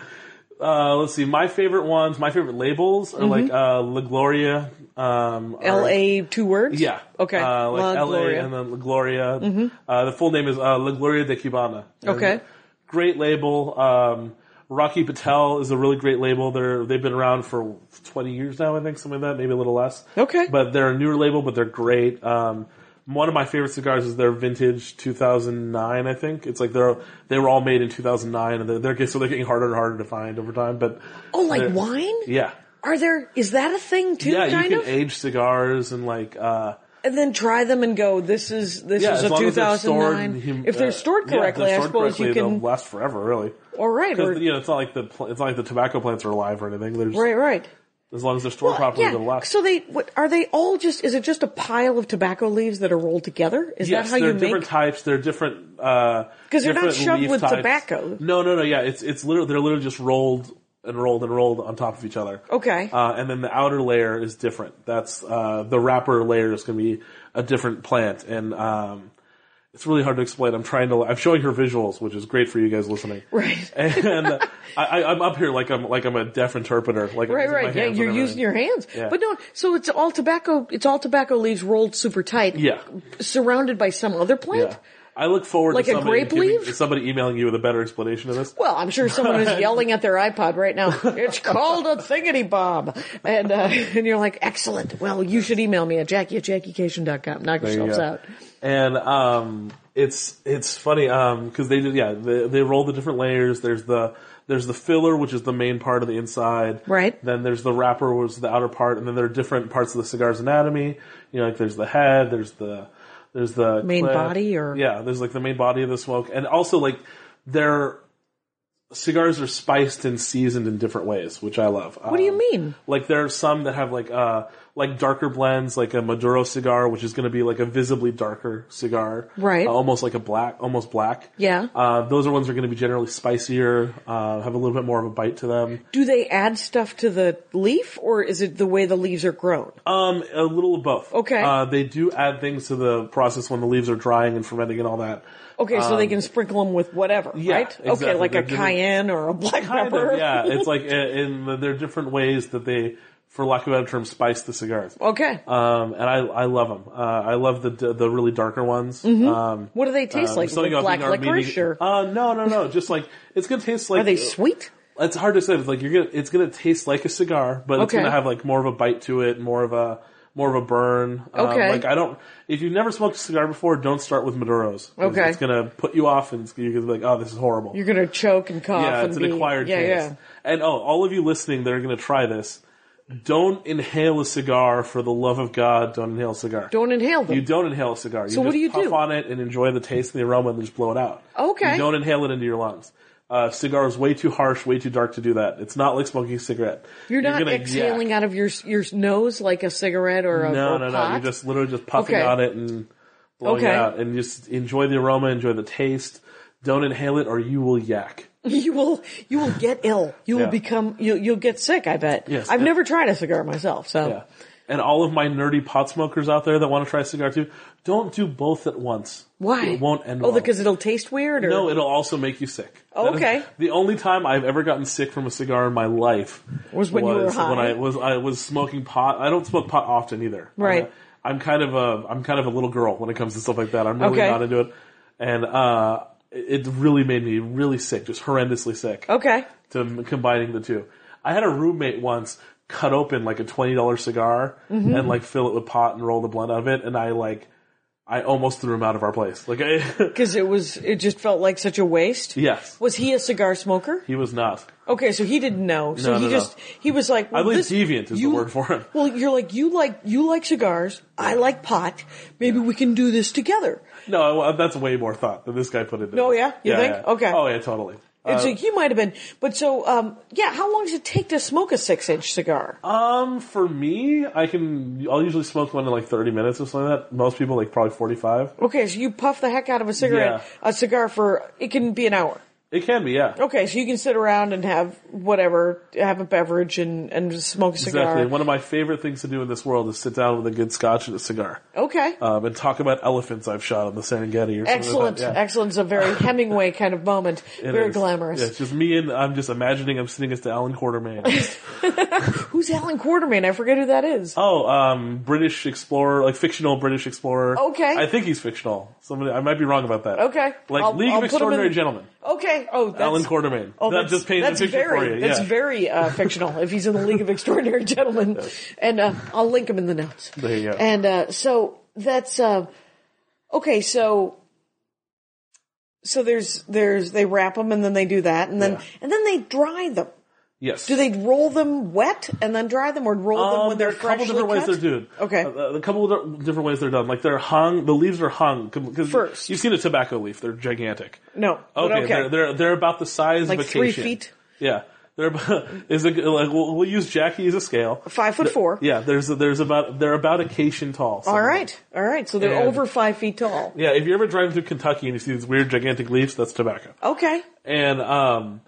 S3: uh, let's see. My favorite ones, my favorite labels are like uh, La Gloria. Um, are-
S2: Mm-hmm. L A two words.
S3: Yeah.
S2: Okay.
S3: Uh, like
S2: La
S3: LA
S2: Gloria. Mm-hmm.
S3: and then La Gloria. Uh, the full name is uh, La Gloria de Cubana. And
S2: Okay.
S3: Great label. Um, Rocky Patel is a really great label. They're they've been around for 20 years now, I think, something like that, maybe a little less.
S2: Okay.
S3: But they're a newer label, but they're great. Um, one of my favorite cigars is their vintage 2009, I think. It's like they're they were all made in 2009, and they're, they're get- so they're getting harder and harder to find over time. But
S2: oh, like
S3: they're-
S2: wine?
S3: Yeah.
S2: Are there? Is that a thing too?
S3: Yeah,
S2: kind
S3: you can
S2: of.
S3: age cigars and like uh,
S2: and then try them and go. This is this
S3: Yeah,
S2: is
S3: as
S2: a
S3: long as they're stored
S2: 2009.
S3: in hum-
S2: if they're
S3: uh,
S2: stored
S3: yeah, if
S2: correctly,
S3: they're
S2: I
S3: stored
S2: suppose you
S3: correctly,
S2: can.
S3: They'll last forever, really.
S2: All right, or,
S3: Because you know, it's not like the pl- it's not like the tobacco plants are alive or anything. They're just,
S2: right, right.
S3: As long as they're stored
S2: Well,
S3: properly,
S2: yeah.
S3: they'll last.
S2: So they what, are they all just? Is it just a pile of tobacco leaves that are rolled together? Is
S3: yes,
S2: that how
S3: they're
S2: you
S3: different
S2: make?
S3: types. They're different. uh, Because
S2: 'Cause they're not shoved with tobacco.
S3: No, no, no. Yeah, it's it's literally they're literally just rolled and rolled and rolled on top of each other.
S2: Okay.
S3: Uh, and then the outer layer is different. That's uh, the wrapper layer is going to be a different plant, and um, it's really hard to explain. I'm trying to. I'm showing her visuals, which is great for you guys listening.
S2: Right.
S3: And uh, I, I- I'm up here like I'm like I'm a deaf interpreter. Like I'm
S2: Right,
S3: using my
S2: right. Yeah,
S3: hands
S2: you're
S3: and
S2: using
S3: everything.
S2: your hands,
S3: Yeah.
S2: but no. So it's all tobacco. It's all tobacco leaves rolled super tight.
S3: Yeah.
S2: surrounded by some other plant.
S3: Yeah. I look forward
S2: Like
S3: to
S2: a
S3: somebody,
S2: grape
S3: giving-
S2: leaf?
S3: somebody emailing you with a better explanation of this.
S2: Well, I'm sure someone is yelling at their iPod right now. It's called a thingity bob, and uh, and you're like, excellent. Well, you should email me at Jackie at JackieCation.com. Knock
S3: There you
S2: yourselves
S3: go.
S2: out.
S3: And um, it's it's funny um 'cause because they did yeah they, they roll the different layers. There's the there's the filler, which is the main part of the inside.
S2: Right.
S3: Then there's the wrapper, which is the outer part, and then there are different parts of the cigar's anatomy. You know, like there's the head, there's the there's the
S2: Main
S3: clip.
S2: body or-
S3: yeah, there's like the main body of the smoke, and also like their cigars are spiced and seasoned in different ways, which I love.
S2: What do you mean?
S3: Like there are some that have like uh like darker blends, like a Maduro cigar, which is going to be like a visibly darker cigar,
S2: Right.
S3: Uh, almost like a black, almost black.
S2: Yeah.
S3: Uh, those are ones that are going to be generally spicier, uh, have a little bit more of a bite to them.
S2: Do they add stuff to the leaf, or is it the way the leaves are grown?
S3: Um, a little of both.
S2: Okay.
S3: Uh, they do add things to the process when the leaves are drying and fermenting and all that.
S2: Okay, so they can sprinkle them with whatever,
S3: um, yeah,
S2: right? Okay,
S3: exactly.
S2: like
S3: They're
S2: a
S3: doing-
S2: cayenne or a black
S3: Kind
S2: pepper.
S3: of, yeah. It's like uh, in the, there are different ways that they, for lack of a better term, spice the cigars.
S2: Okay.
S3: Um, and I, I love them. Uh, I love the the really darker ones.
S2: Mm-hmm.
S3: Um,
S2: what do they taste
S3: Um,
S2: like?
S3: something
S2: Like
S3: about
S2: black
S3: being Armenian-
S2: licorice, or
S3: Uh, no, no, no. Just like it's gonna taste like.
S2: are they sweet?
S3: It's hard to say. It's like you're gonna. It's gonna taste like a cigar, but it's
S2: Okay.
S3: gonna have like more of a bite to it, more of a more of a burn. Um,
S2: Okay.
S3: Like I don't. If you've never smoked a cigar before, don't start with Maduros. 'cause
S2: Okay.
S3: It's gonna put you off, and it's, you're gonna be like, oh, this is horrible.
S2: You're gonna choke and cough.
S3: yeah,
S2: and
S3: it's an
S2: be,
S3: acquired
S2: yeah,
S3: taste.
S2: Yeah.
S3: And oh, all of you listening that are gonna try this, don't inhale a cigar for the love of God. Don't inhale a cigar.
S2: Don't inhale them.
S3: You don't inhale a cigar. You
S2: So what
S3: just
S2: do you
S3: puff
S2: do?
S3: on it and enjoy the taste and the aroma and just blow it out.
S2: Okay.
S3: You don't inhale it into your lungs. Uh, cigar is way too harsh, way too dark to do that. It's not like smoking a cigarette.
S2: You're not
S3: gonna
S2: exhaling
S3: yak.
S2: out of your your nose like a cigarette or a
S3: No,
S2: or
S3: no, no.
S2: pot?
S3: You're just literally just puffing
S2: Okay.
S3: on it and blowing
S2: Okay.
S3: it out, and just enjoy the aroma, enjoy the taste. Don't inhale it, or you will yak.
S2: You will you will get ill. You
S3: Yeah.
S2: will become you you'll get sick. I bet.
S3: Yes.
S2: I've never tried a cigar myself, so
S3: Yeah. And all of my nerdy pot smokers out there that want to try a cigar too, don't do both at once.
S2: why
S3: It won't end
S2: Oh,
S3: well.
S2: because it'll taste weird. Or?
S3: No, it'll also make you sick.
S2: Oh,
S3: That is
S2: okay.
S3: the only time I've ever gotten sick from a cigar in my life
S2: Was when you were high.
S3: when I was I was smoking pot. I don't smoke pot often either.
S2: Right.
S3: I'm, a, I'm kind of a I'm kind of a little girl when it comes to stuff like that. I'm really
S2: Okay.
S3: not into it, and uh, it it really made me really sick, just horrendously sick.
S2: Okay.
S3: To m- combining the two, I had a roommate once cut open like a twenty dollar cigar
S2: Mm-hmm.
S3: and like fill it with pot and roll the blunt out of it, and I like. I almost threw him out of our place. Like I,
S2: Because it was it just felt like such a waste.
S3: yes,
S2: Was he a cigar smoker?
S3: he was not.
S2: Okay, so he didn't know. So
S3: No,
S2: he
S3: no, no.
S2: just he was like, well,
S3: believe
S2: this-
S3: deviant is the word for it.
S2: Well, you're like you like you like cigars. I like pot. Maybe we can do this together.
S3: No, I- that's way more thought than this guy put into.
S2: No,
S3: it.
S2: yeah? You think? Okay.
S3: Oh yeah, totally.
S2: And so he might have been, but so um, yeah. How long does it take to smoke a six inch cigar?
S3: Um, for me, I can. I'll usually smoke one in like thirty minutes or something like that. Most people like probably forty-five.
S2: okay, so you puff the heck out of a cigarette,
S3: Yeah.
S2: a cigar for it can be an hour.
S3: It can be, yeah.
S2: Okay, so you can sit around and have whatever, have a beverage and and just smoke a cigar.
S3: Exactly. One of my favorite things to do in this world is sit down with a good scotch and a cigar,
S2: Okay.
S3: um, and talk about elephants I've shot on the Serengeti or something.
S2: Excellent.
S3: Like that. Yeah.
S2: Excellent's a very Hemingway kind of moment.
S3: It
S2: very
S3: is.
S2: glamorous.
S3: Yeah, it's just me and I'm just imagining I'm sitting next to Alan Quartermain.
S2: Who's Alan Quartermain? I forget who that is.
S3: oh, um, British explorer, like fictional British explorer.
S2: Okay.
S3: I think he's fictional. Somebody, I might be wrong about that.
S2: Okay.
S3: Like
S2: I'll-
S3: League
S2: I'll put
S3: of
S2: him
S3: Extraordinary
S2: in-
S3: Gentlemen.
S2: Okay. Oh, that's,
S3: Alan Quartermain.
S2: Oh,
S3: that
S2: that's,
S3: just paints
S2: that's
S3: a picture
S2: very,
S3: for you.
S2: That's
S3: yeah.
S2: very uh, fictional. If he's in the League of Extraordinary Gentlemen, and uh, I'll link him in the notes.
S3: There you go.
S2: And uh, so that's uh, okay. So so there's there's they wrap them and then they do that and then
S3: Yeah.
S2: and then they dry them.
S3: yes.
S2: Do they roll them wet and then dry them, or roll them
S3: Um,
S2: when
S3: there
S2: they're
S3: are a couple
S2: freshly
S3: different ways
S2: cut?
S3: they're done.
S2: Okay.
S3: Uh, uh, a couple of di- different ways they're done. Like they're hung. The leaves are hung because
S2: First.
S3: you've seen a tobacco leaf. They're gigantic.
S2: No. but
S3: Okay.
S2: Okay.
S3: They're, they're they're about the size
S2: Like
S3: of a
S2: three
S3: acacia.
S2: feet?
S3: Yeah. They're about, is a, like we'll, we'll use Jackie as a scale.
S2: Five foot
S3: Th-
S2: four.
S3: Yeah. There's there's about they're about acacia tall.
S2: All
S3: something
S2: right. All right. So they're
S3: And-
S2: over five feet tall.
S3: like- Yeah. If you're ever driving through Kentucky and you see these weird gigantic leaves, that's tobacco.
S2: Okay.
S3: and um,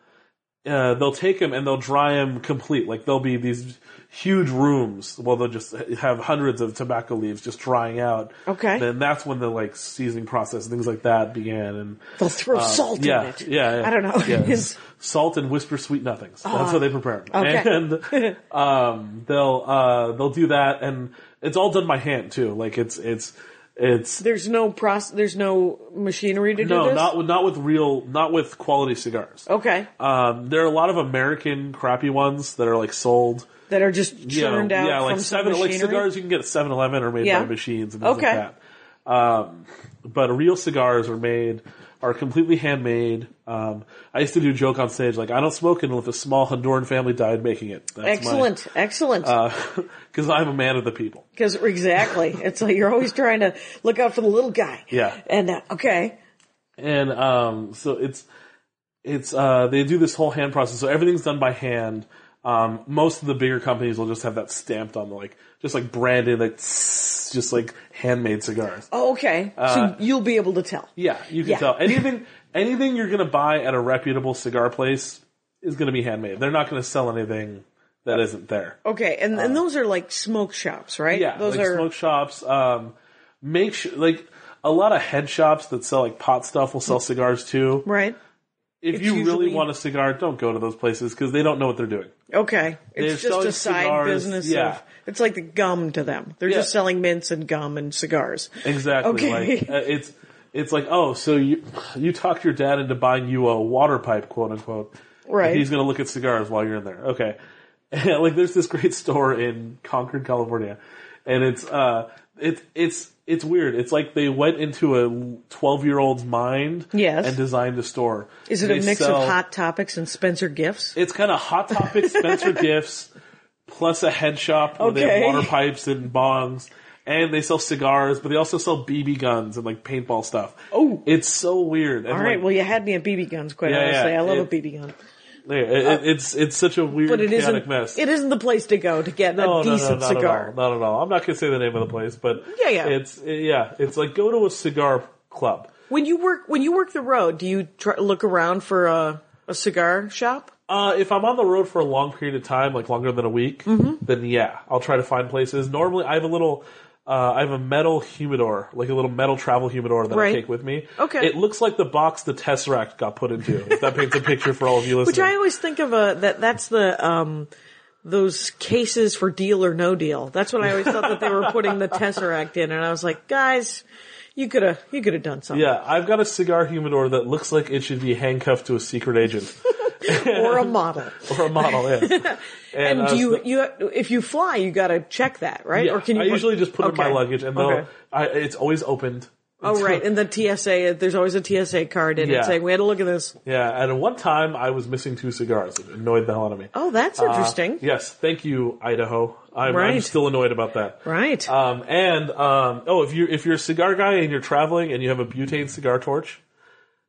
S3: uh, they'll take them and they'll dry them complete. Like they'll be these huge rooms. Well, they'll just have hundreds of tobacco leaves just drying out.
S2: Okay.
S3: Then that's when the like seasoning process and things like that began. And
S2: They'll throw salt
S3: Um, yeah,
S2: in it.
S3: yeah, yeah.
S2: I don't know. Oh.
S3: Yeah, it's salt and whisper sweet nothings. That's how they prepare them.
S2: okay.
S3: And um, they'll uh, they'll do that, and it's all done by hand too. Like it's it's it's
S2: There's no process. There's no machinery to do
S3: no
S2: this. Oh.
S3: not with- not with real not with quality cigars.
S2: okay.
S3: Um, there are a lot of American crappy ones that are like sold.
S2: that are just
S3: You know,
S2: churned out
S3: yeah,
S2: from
S3: like
S2: some
S3: seven like
S2: machinery?
S3: cigars you can get at Seven Eleven are made
S2: Yeah.
S3: by machines and things
S2: Okay.
S3: like that. Um, but real cigars are made are completely handmade. Um, I used to do a joke on stage like I don't smoke until if a small Honduran family died making it. That's Uh, my-
S2: Excellent, excellent.
S3: because I'm a man of the people.
S2: Because exactly, it's like you're always trying to look out for the little guy.
S3: Yeah.
S2: And uh, okay,
S3: and um, so it's it's uh, they do this whole hand process. So everything's done by hand. Um, most of the bigger companies will just have that stamped on, like just like branded, like tss, just like handmade cigars.
S2: oh, okay.
S3: Uh,
S2: so you'll be able to tell.
S3: Yeah, you can
S2: Yeah.
S3: tell anything. Anything you're gonna buy at a reputable cigar place is gonna be handmade. They're not gonna sell anything that isn't there.
S2: Okay, and and those are like smoke shops, right?
S3: uh, Yeah,
S2: those
S3: like
S2: are
S3: smoke shops. Um, make sh- like a lot of head shops that sell like pot stuff will sell cigars too.
S2: right.
S3: if
S2: It's
S3: you
S2: usually-
S3: really want a cigar, don't go to those places because they don't know what they're doing.
S2: Okay,
S3: They're
S2: it's just
S3: selling
S2: a side
S3: cigars,
S2: business.
S3: yeah.
S2: Of, it's like the gum to them. They're
S3: Yeah.
S2: just selling mints and gum and cigars.
S3: Exactly.
S2: Okay.
S3: Like, uh, it's it's like oh, so you you talked your dad into buying you a water pipe, quote unquote.
S2: Right.
S3: And he's gonna look at cigars while you're in there. Okay. And, like there's this great store in Concord, California, and it's uh it's it's it's weird. It's like they went into a 12 year old's mind
S2: Yes.
S3: and designed a store.
S2: Is it
S3: They
S2: a mix
S3: sell-
S2: of Hot Topics and Spencer Gifts?
S3: It's kind of Hot Topic, Spencer Gifts, plus a head shop where they
S2: Okay.
S3: have water pipes and bongs, and they sell cigars, but they also sell BB guns and like paintball stuff.
S2: Oh.
S3: it's so weird. And,
S2: All right.
S3: like,
S2: Well, you had me at BB guns. Quite
S3: Yeah, yeah,
S2: honestly, I love
S3: it-
S2: a BB gun.
S3: Yeah, it, it- it's it's such a weird
S2: but it
S3: chaotic
S2: isn't.
S3: mess.
S2: It isn't the place to go to get
S3: no,
S2: a
S3: no,
S2: decent
S3: no, not
S2: cigar.
S3: At all, not at all. I'm not gonna say the name of the place, but
S2: Yeah, yeah.
S3: It's yeah, it's like go to a cigar club.
S2: When you work when you work the road, do you try, look around for a, a cigar shop?
S3: Uh, if I'm on the road for a long period of time, like longer than a week,
S2: Mm-hmm.
S3: then yeah, I'll try to find places. Normally, I have a little, uh, I have a metal humidor, like a little metal travel humidor that
S2: Right.
S3: I take with me.
S2: Okay.
S3: It looks like the box the Tesseract got put into. If that paints a picture for all of you
S2: Which
S3: listening.
S2: I always think of a that that's the um those cases for deal or no deal. That's what I always thought that they were putting the Tesseract in, and I was like, guys, you could have you could have done something.
S3: yeah, I've got a cigar humidor that looks like it should be handcuffed to a secret agent
S2: Or a model.
S3: or a model. Yeah.
S2: And,
S3: I
S2: do
S3: was
S2: you
S3: th-
S2: you if you fly, you got to check that, right?
S3: Yeah,
S2: or can you?
S3: I usually just put it in
S2: Okay.
S3: my luggage, and they'll-
S2: Okay.
S3: I, it's always opened.
S2: Oh right, and the TSA. There's always a TSA card in
S3: Yeah.
S2: it saying we had to look at this.
S3: Yeah, and at one time I was missing two cigars. It annoyed the hell out of me.
S2: Oh, that's interesting.
S3: Uh, yes, thank you, Idaho. I'm, I'm
S2: Right.
S3: still annoyed about that.
S2: Right.
S3: Um, and um, oh, if you if you're a cigar guy and you're traveling and you have a butane cigar torch,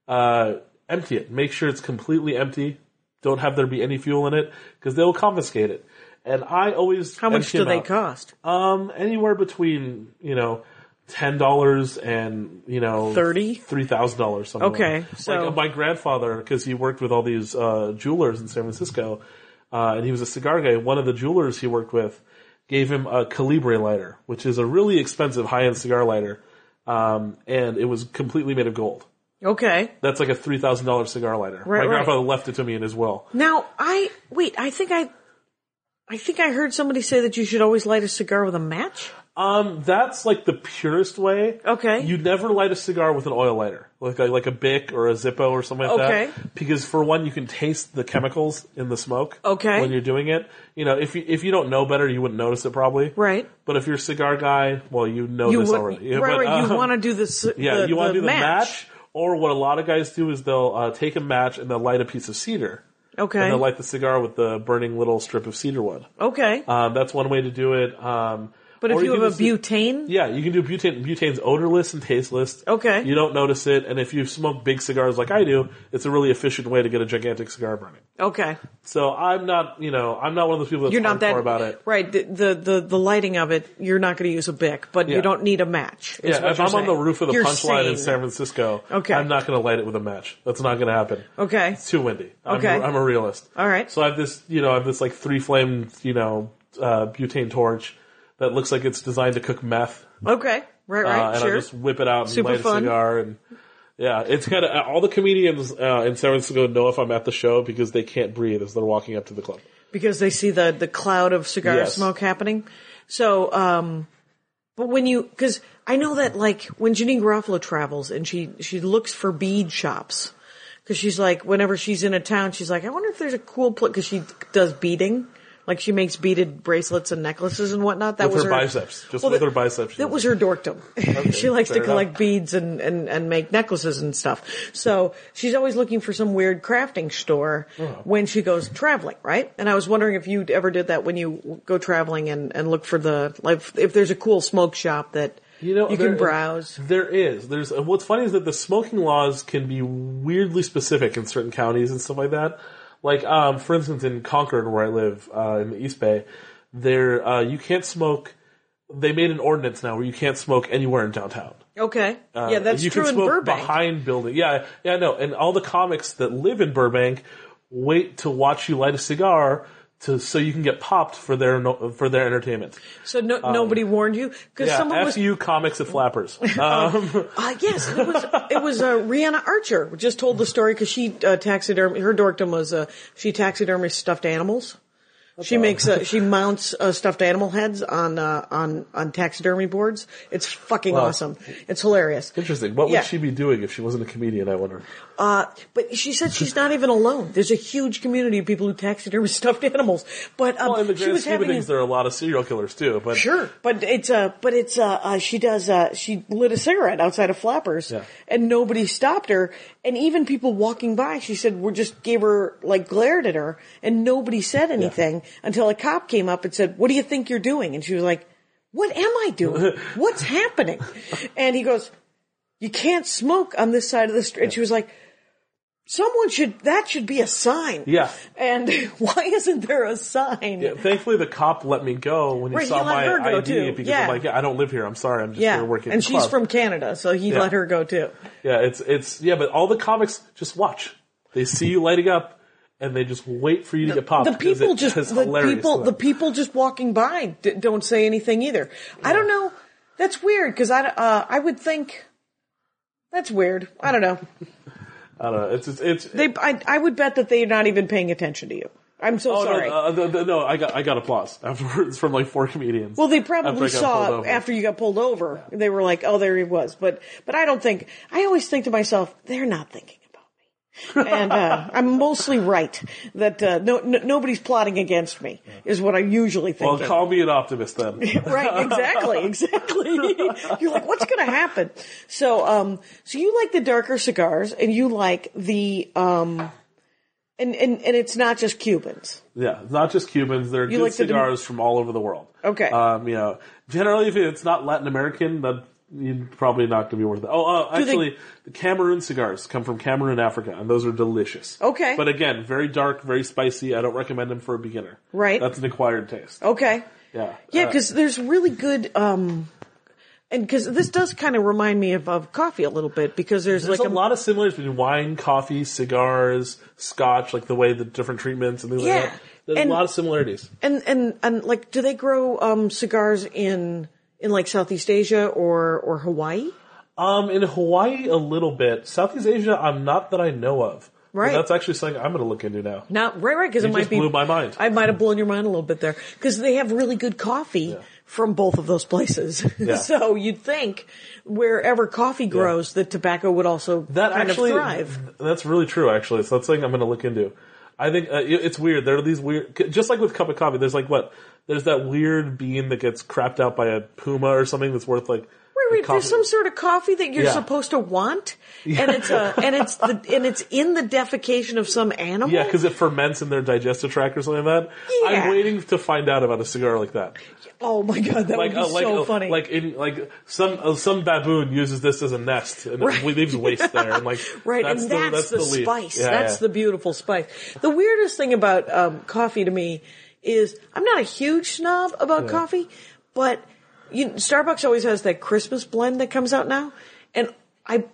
S3: uh, empty it. Make sure it's completely empty. Don't have there be any fuel in it because they will confiscate it. And I always
S2: How much do
S3: empty them
S2: they
S3: out.
S2: cost?
S3: Um, anywhere between you know. Ten dollars and you know
S2: $30?
S3: three thousand dollars something. like
S2: Okay,
S3: that.
S2: so-
S3: like uh, my grandfather because he worked with all these uh, jewelers in San Francisco, uh, and he was a cigar guy. One of the jewelers he worked with gave him a Calibre lighter, which is a really expensive high end cigar lighter, um, and it was completely made of gold.
S2: Okay.
S3: That's like a three thousand dollar cigar lighter.
S2: Right,
S3: my
S2: right.
S3: grandfather left it to me in his will.
S2: Now I wait. I think I, I think I heard somebody say that you should always light a cigar with a match.
S3: Um, that's like the purest way.
S2: Okay.
S3: You never light a cigar with an oil lighter, like a, like a Bic or a Zippo or something like
S2: Okay.
S3: that. Because for one, you can taste the chemicals in the smoke.
S2: Okay.
S3: When you're doing it, you know, if you if you don't know better, you wouldn't notice it probably.
S2: Right.
S3: But if you're a cigar guy, well, you know
S2: You
S3: Oh, this
S2: would-
S3: already.
S2: right,
S3: But,
S2: right, you
S3: um,
S2: want to do this?
S3: yeah,
S2: the,
S3: you want
S2: the
S3: to do the
S2: match.
S3: match, or what a lot of guys do is they'll uh, take a match and they'll light a piece of cedar.
S2: Okay.
S3: And they'll light the cigar with the burning little strip of cedar wood.
S2: okay.
S3: Um, that's one way to do it. Um,
S2: but if
S3: or
S2: you
S3: can
S2: have a
S3: just do-
S2: butane,
S3: yeah, you can do butane. Butane's odorless and tasteless.
S2: Okay.
S3: You don't notice it, and if you smoke big cigars like I do, it's a really efficient way to get a gigantic cigar burning.
S2: okay,
S3: So I'm not, you know, I'm not one of those people that's
S2: you're not
S3: hardcore
S2: that
S3: about it.
S2: Right. The, the the the lighting of it, you're not going to use a bic, but
S3: Yeah.
S2: you don't need a match. is
S3: Yeah,
S2: what
S3: if
S2: you're
S3: I'm on the
S2: saying.
S3: roof of the
S2: You're
S3: punchline
S2: sane.
S3: in San Francisco,
S2: Okay.
S3: I'm not going to light it with a match. That's not going to happen.
S2: Okay.
S3: It's too windy. I'm,
S2: Okay.
S3: I'm a realist.
S2: All right.
S3: So I have this, you know, I have this like three flame, you know, uh, butane torch that looks like it's designed to cook meth.
S2: Okay. Right.
S3: Uh,
S2: Right.
S3: and
S2: sure.
S3: I just whip it out and
S2: Super
S3: light
S2: fun.
S3: a cigar and yeah, it's kind of all the comedians uh, in San Francisco know if I'm at the show because they can't breathe as they're walking up to the club.
S2: because they see the the cloud of cigar
S3: Yes.
S2: smoke happening. So, um, but when you because I know that like when Janine Garofalo travels and she she looks for bead shops because she's like whenever she's in a town she's like I wonder if there's a cool place because she does beading. Like she makes beaded bracelets and necklaces and whatnot. That
S3: With
S2: was
S3: her biceps. Just with her biceps she
S2: That was
S3: does
S2: her dorkdom. she likes to
S3: fair
S2: collect
S3: enough.
S2: beads and, and, and make necklaces and stuff. So she's always looking for some weird crafting store
S3: Uh-huh.
S2: when she goes traveling, right? And I was wondering if you ever did that when you go traveling and, and look for the, like, if there's a cool smoke shop that you, can
S3: there-
S2: browse.
S3: There is. There's. and What's funny is that the smoking laws can be weirdly specific in certain counties and stuff like that. Like, um, for instance, in Concord, where I live uh, in the East Bay, there uh, you can't smoke. They made an ordinance now where you can't smoke anywhere in downtown.
S2: Okay.
S3: Uh,
S2: yeah, that's
S3: you
S2: true
S3: can
S2: in
S3: smoke
S2: Burbank.
S3: Behind building, yeah, yeah, no, and all the comics that live in Burbank wait to watch you light a cigar to so you can get popped for their no, for their entertainment.
S2: so no, nobody warned you? Because
S3: um, Yeah,
S2: someone was
S3: FU comics at flappers. Um,
S2: Uh, yes, it was. It was uh, Rihanna Archer who just told the story because she uh, taxidermy. Her dorkdom was uh, she taxidermy stuffed animals. She makes uh, she mounts uh, stuffed animal heads on uh, on on taxidermy boards. It's fucking awesome. It's hilarious.
S3: interesting. What would
S2: Yeah.
S3: she be doing if she wasn't a comedian? I wonder.
S2: Uh, but she said she's not even alone. There's a huge community of people who taxidermy stuffed animals. But um,
S3: Well, in the
S2: she
S3: grand
S2: was
S3: scheme of
S2: having a-
S3: things, there are a lot of serial killers too. But
S2: Sure, but it's uh, but it's uh, uh, she does uh, she lit a cigarette outside of Flappers,
S3: Yeah.
S2: and nobody stopped her, and even people walking by, she said, "We're just gave her like glared at her, and nobody said anything until a cop came up and said, "What do you think you're doing?" And she was like, "What am I doing? What's happening?" And he goes, "You can't smoke on this side of the street." And she was like. Someone should, that should be a sign.
S3: Yeah.
S2: And why isn't there a sign?
S3: Yeah, thankfully, the cop let me go when he
S2: Right, he
S3: saw
S2: let her
S3: my
S2: go,
S3: ID
S2: too.
S3: because
S2: Yeah.
S3: I'm like, yeah, I don't live here. I'm sorry. I'm just
S2: Yeah.
S3: here working.
S2: and
S3: at the
S2: she's
S3: club.
S2: from Canada, so he
S3: Yeah.
S2: let her go too.
S3: Yeah, it's it's yeah, but all the comics just watch. They see you lighting up, and they just wait for you to get popped.
S2: The
S3: 'cause
S2: people
S3: it
S2: just
S3: is
S2: the
S3: hilarious
S2: people
S3: to
S2: the
S3: them.
S2: people just walking by d- don't say anything either. I don't know. That's weird because I uh, I would think that's weird. I don't know.
S3: I don't know. It's it's, it's
S2: They I I would bet that they're not even paying attention to you. I'm so
S3: oh
S2: sorry.
S3: no, uh, the, the- no, I got I got applause afterwards from like four comedians.
S2: well, they
S3: after I
S2: probably
S3: got pulled
S2: saw
S3: over.
S2: after you got pulled over. They were like, "Oh, there he was." But but I don't think I always think to myself, "They're not thinking about me," and uh, I'm mostly right that uh, no, no nobody's plotting against me is what I'm usually
S3: Well,
S2: thinking.
S3: call me an optimist then.
S2: right exactly exactly you're like what's going to happen so um so you like the darker cigars and you like the um and and and it's not just cubans
S3: Yeah, it's not just Cubans. There are good
S2: like the dem-
S3: cigars from all over the world.
S2: Okay.
S3: Um, you know, generally, if it's not Latin American, then you're probably not going to be worth it. Oh, uh,
S2: Do they-
S3: actually, the Cameroon cigars come from Cameroon, Africa, and those are delicious.
S2: Okay.
S3: But again, very dark, very spicy. I don't recommend them for a beginner.
S2: Right.
S3: That's an acquired taste.
S2: okay
S3: Yeah.
S2: yeah
S3: Uh,
S2: because there's really good um and because this does kind of remind me of, of coffee a little bit because there's,
S3: there's
S2: like
S3: a lot of similarities between wine, coffee, cigars, scotch, like the way the different treatments and things
S2: Yeah.
S3: like that. There's
S2: And-
S3: a lot of similarities.
S2: and and and like do they grow um cigars in in like southeast asia or or hawaii
S3: Um, in Hawaii, a little bit. Southeast Asia, I'm not that I know of. But
S2: Right.
S3: that's actually something I'm going to look into now.
S2: Not right, right? Because it
S3: You
S2: might
S3: just
S2: be
S3: blew my mind.
S2: I might have blown your mind a little bit there because they have really good coffee from both of those places.
S3: Yeah.
S2: so you'd think wherever coffee grows, that tobacco would also
S3: That
S2: kind
S3: actually,
S2: of thrive.
S3: that's really true. Actually, so that's something I'm going to look into. I think uh, it- it's weird. There are these weird, c- just like with cup of coffee. There's like what? There's that weird bean that gets crapped out by a puma or something that's worth like.
S2: Wait, wait,
S3: coffee.
S2: there's some sort of coffee that you're
S3: Yeah.
S2: supposed to want, and it's uh, and it's the, and it's in the defecation of some animal.
S3: Yeah, because it ferments in their digestive tract or something like that.
S2: Yeah.
S3: I'm waiting to find out about a cigar like that.
S2: oh my god, that
S3: Like,
S2: would be
S3: uh, like,
S2: so
S3: uh,
S2: funny.
S3: like in like some uh, some baboon uses this as a nest and
S2: Right.
S3: it leaves waste there and like
S2: Right, and that's, the,
S3: leaf.
S2: spice.
S3: Yeah,
S2: that's
S3: yeah.
S2: the beautiful spice. The weirdest thing about um, coffee to me is I'm not a huge snob about coffee, but you, Starbucks always has that Christmas blend that comes out now, and I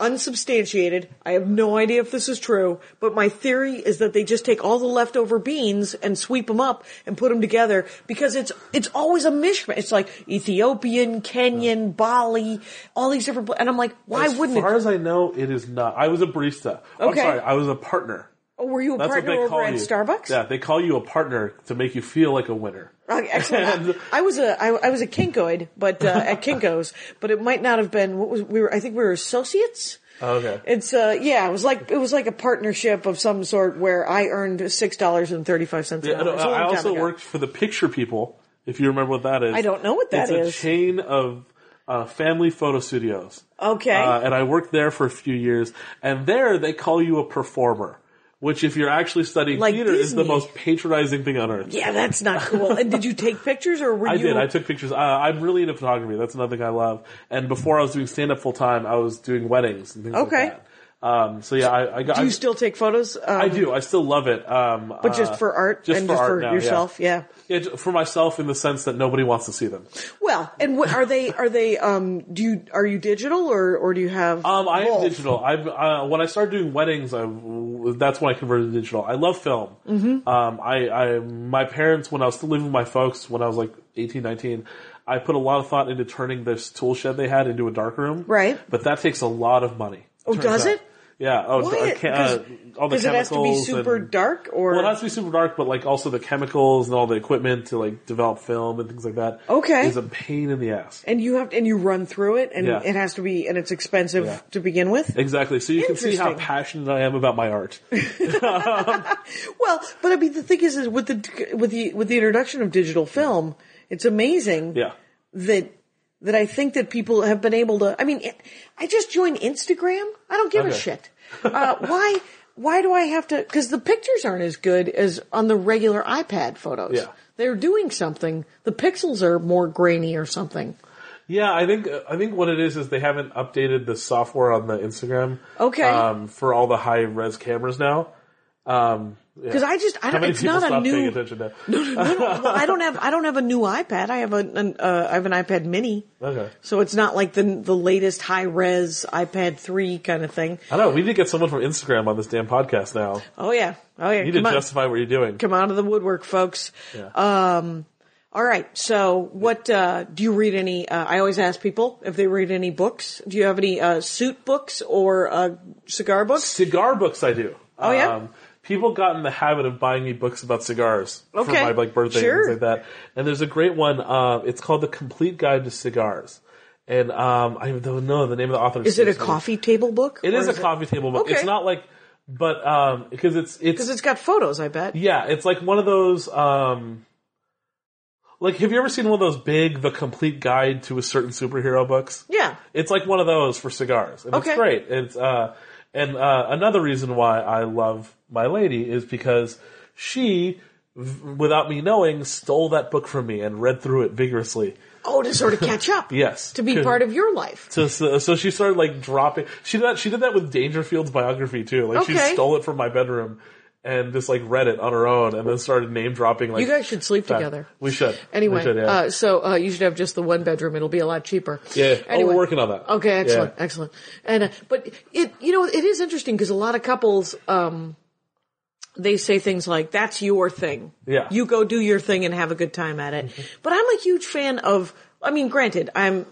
S2: unsubstantiated. I have no idea if this is true, but my theory is that they just take all the leftover beans and sweep them up and put them together because it's it's always a mishmash. It's like Ethiopian, Kenyan, Bali, all these different. bl- And I'm like, why
S3: As
S2: wouldn't it?
S3: far as I know, it is not. I was a barista. I'm
S2: Okay.
S3: sorry, I was a partner.
S2: Oh, were you a
S3: That's
S2: partner
S3: what they
S2: over
S3: call
S2: at
S3: you.
S2: Starbucks?
S3: Yeah, they call you a partner to make you feel like a winner.
S2: Okay, excellent. I was a I, I was a Kinkoid, but uh, at Kinko's, but it might not have been what was we were. I think we were associates.
S3: Okay.
S2: It's uh yeah, it was like it was like a partnership of some sort where I earned six dollars and thirty five cents.
S3: Yeah, I,
S2: an hour. It was a long
S3: I
S2: time
S3: also
S2: ago.
S3: worked for the Picture People. If you remember what that is,
S2: I don't know what that
S3: it's
S2: is.
S3: a chain of uh, family photo studios.
S2: Okay.
S3: uh, and I worked there for a few years. And there, they call you a performer, which, if you're actually studying
S2: Like
S3: theater, is the
S2: Disney.
S3: most patronizing thing on earth.
S2: Yeah, that's not cool. and did you take pictures or were
S3: I
S2: you?
S3: did. I took pictures. Uh, I'm really into photography. That's another thing I love. And before I was doing stand up full time, I was doing weddings and things
S2: Okay.
S3: like that. Um, so yeah, I, I got.
S2: do
S3: I-
S2: you still take photos? Um,
S3: I do. I still love it. Um,
S2: but just
S3: uh,
S2: for art
S3: just
S2: and
S3: for
S2: just
S3: art
S2: for
S3: now, yeah.
S2: yourself. Yeah.
S3: Yeah, ju- for myself in the sense that nobody wants to see them.
S2: Well, and what, are they are they um do you are you digital or or do you have?
S3: Um, I am
S2: both?
S3: digital. I've uh, when I started doing weddings, I that's when I converted to digital. I love film.
S2: Mm-hmm.
S3: Um, I, I my parents when I was still living with my folks when I was like 18, 19, I put a lot of thought into turning this tool shed they had into a dark room.
S2: Right.
S3: but that takes a lot of money.
S2: Oh,
S3: turns
S2: does
S3: out.
S2: it?
S3: Yeah. Oh,
S2: Why?
S3: uh, ca- uh, all the
S2: it has to be
S3: chemicals
S2: super
S3: and-
S2: dark, or
S3: Well, it has to be super dark, but like also the chemicals and all the equipment to like develop film and things like that.
S2: Okay.
S3: is a pain in the ass.
S2: and you have and you run through it, and
S3: Yeah.
S2: it has to be, and it's expensive
S3: Yeah.
S2: to begin with.
S3: Exactly. So you can see how
S2: Interesting.
S3: passionate I am about my art.
S2: Well, but I mean, the thing is, is with the with the with the introduction of digital film, it's amazing
S3: Yeah.
S2: that that I think that people have been able to. I mean, it, I just joined Instagram. I don't give a
S3: Okay.
S2: shit. Uh, why? Why do I have to? Because the pictures aren't as good as on the regular iPad photos.
S3: Yeah.
S2: They're doing something. The pixels are more grainy or something.
S3: Yeah, I think I think what it is is they haven't updated the software on the Instagram.
S2: Okay.
S3: Um, for all the high res cameras now. Um, yeah.
S2: Because I just, I
S3: How
S2: don't,
S3: many
S2: it's
S3: people
S2: not a
S3: stop paying
S2: new,
S3: attention now?
S2: Well, I don't have I don't have a new iPad. I have a an, uh, I have an iPad Mini.
S3: Okay.
S2: So it's not like the the latest high res iPad three kind of thing.
S3: I don't know. We need to get someone from Instagram on this damn podcast now.
S2: Oh yeah, oh yeah.
S3: You need
S2: Come
S3: to
S2: on,
S3: justify what you're doing.
S2: come out of the woodwork, folks. Um, all right. So what uh, do you read? Any? Uh, I always ask people if they read any books. Do you have any uh, suit books or uh, cigar books?
S3: Cigar books, I do. Um,
S2: Oh, yeah?
S3: people got in the habit of buying me books about cigars for
S2: Okay.
S3: my like birthday
S2: Sure.
S3: and things like that. And there's a great one. Uh, it's called the Complete Guide to Cigars. And um, I don't know the name of the author.
S2: Is it a
S3: escapes me.
S2: coffee table book?
S3: It
S2: Or
S3: is a coffee table book. It's
S2: Okay.
S3: not like, but um, because it's it's
S2: Because it's got photos, I bet.
S3: Yeah, it's like one of those. um Like, have you ever seen one of those big, the complete guide to a certain superhero books?
S2: Yeah.
S3: it's like one of those for cigars. And
S2: Okay.
S3: it's great. It's uh, and uh, another reason why I love my lady is because she, v- without me knowing, stole that book from me and read through it vigorously.
S2: Oh, to sort of catch up.
S3: Yes.
S2: To be
S3: Good.
S2: part of your life.
S3: So, uh, so, so she started like dropping. She did that. She did that with Dangerfield's biography too. Like
S2: Okay.
S3: she stole it from my bedroom and just like read it on her own, and then started name dropping. Like
S2: You guys should sleep
S3: fact-
S2: together.
S3: We should.
S2: Anyway,
S3: We should, yeah.
S2: uh, so uh, you should have just the one bedroom. It'll be a lot cheaper.
S3: Yeah. Oh, we're
S2: Anyway.
S3: working on that.
S2: Okay, excellent,
S3: Yeah.
S2: excellent. And uh, but it, you know, it is interesting because a lot of couples, um, they say things like, "That's your thing.
S3: Yeah. Mm-hmm.
S2: you go do your thing and have a good time at it." but I'm a huge fan of. I mean, granted, I'm.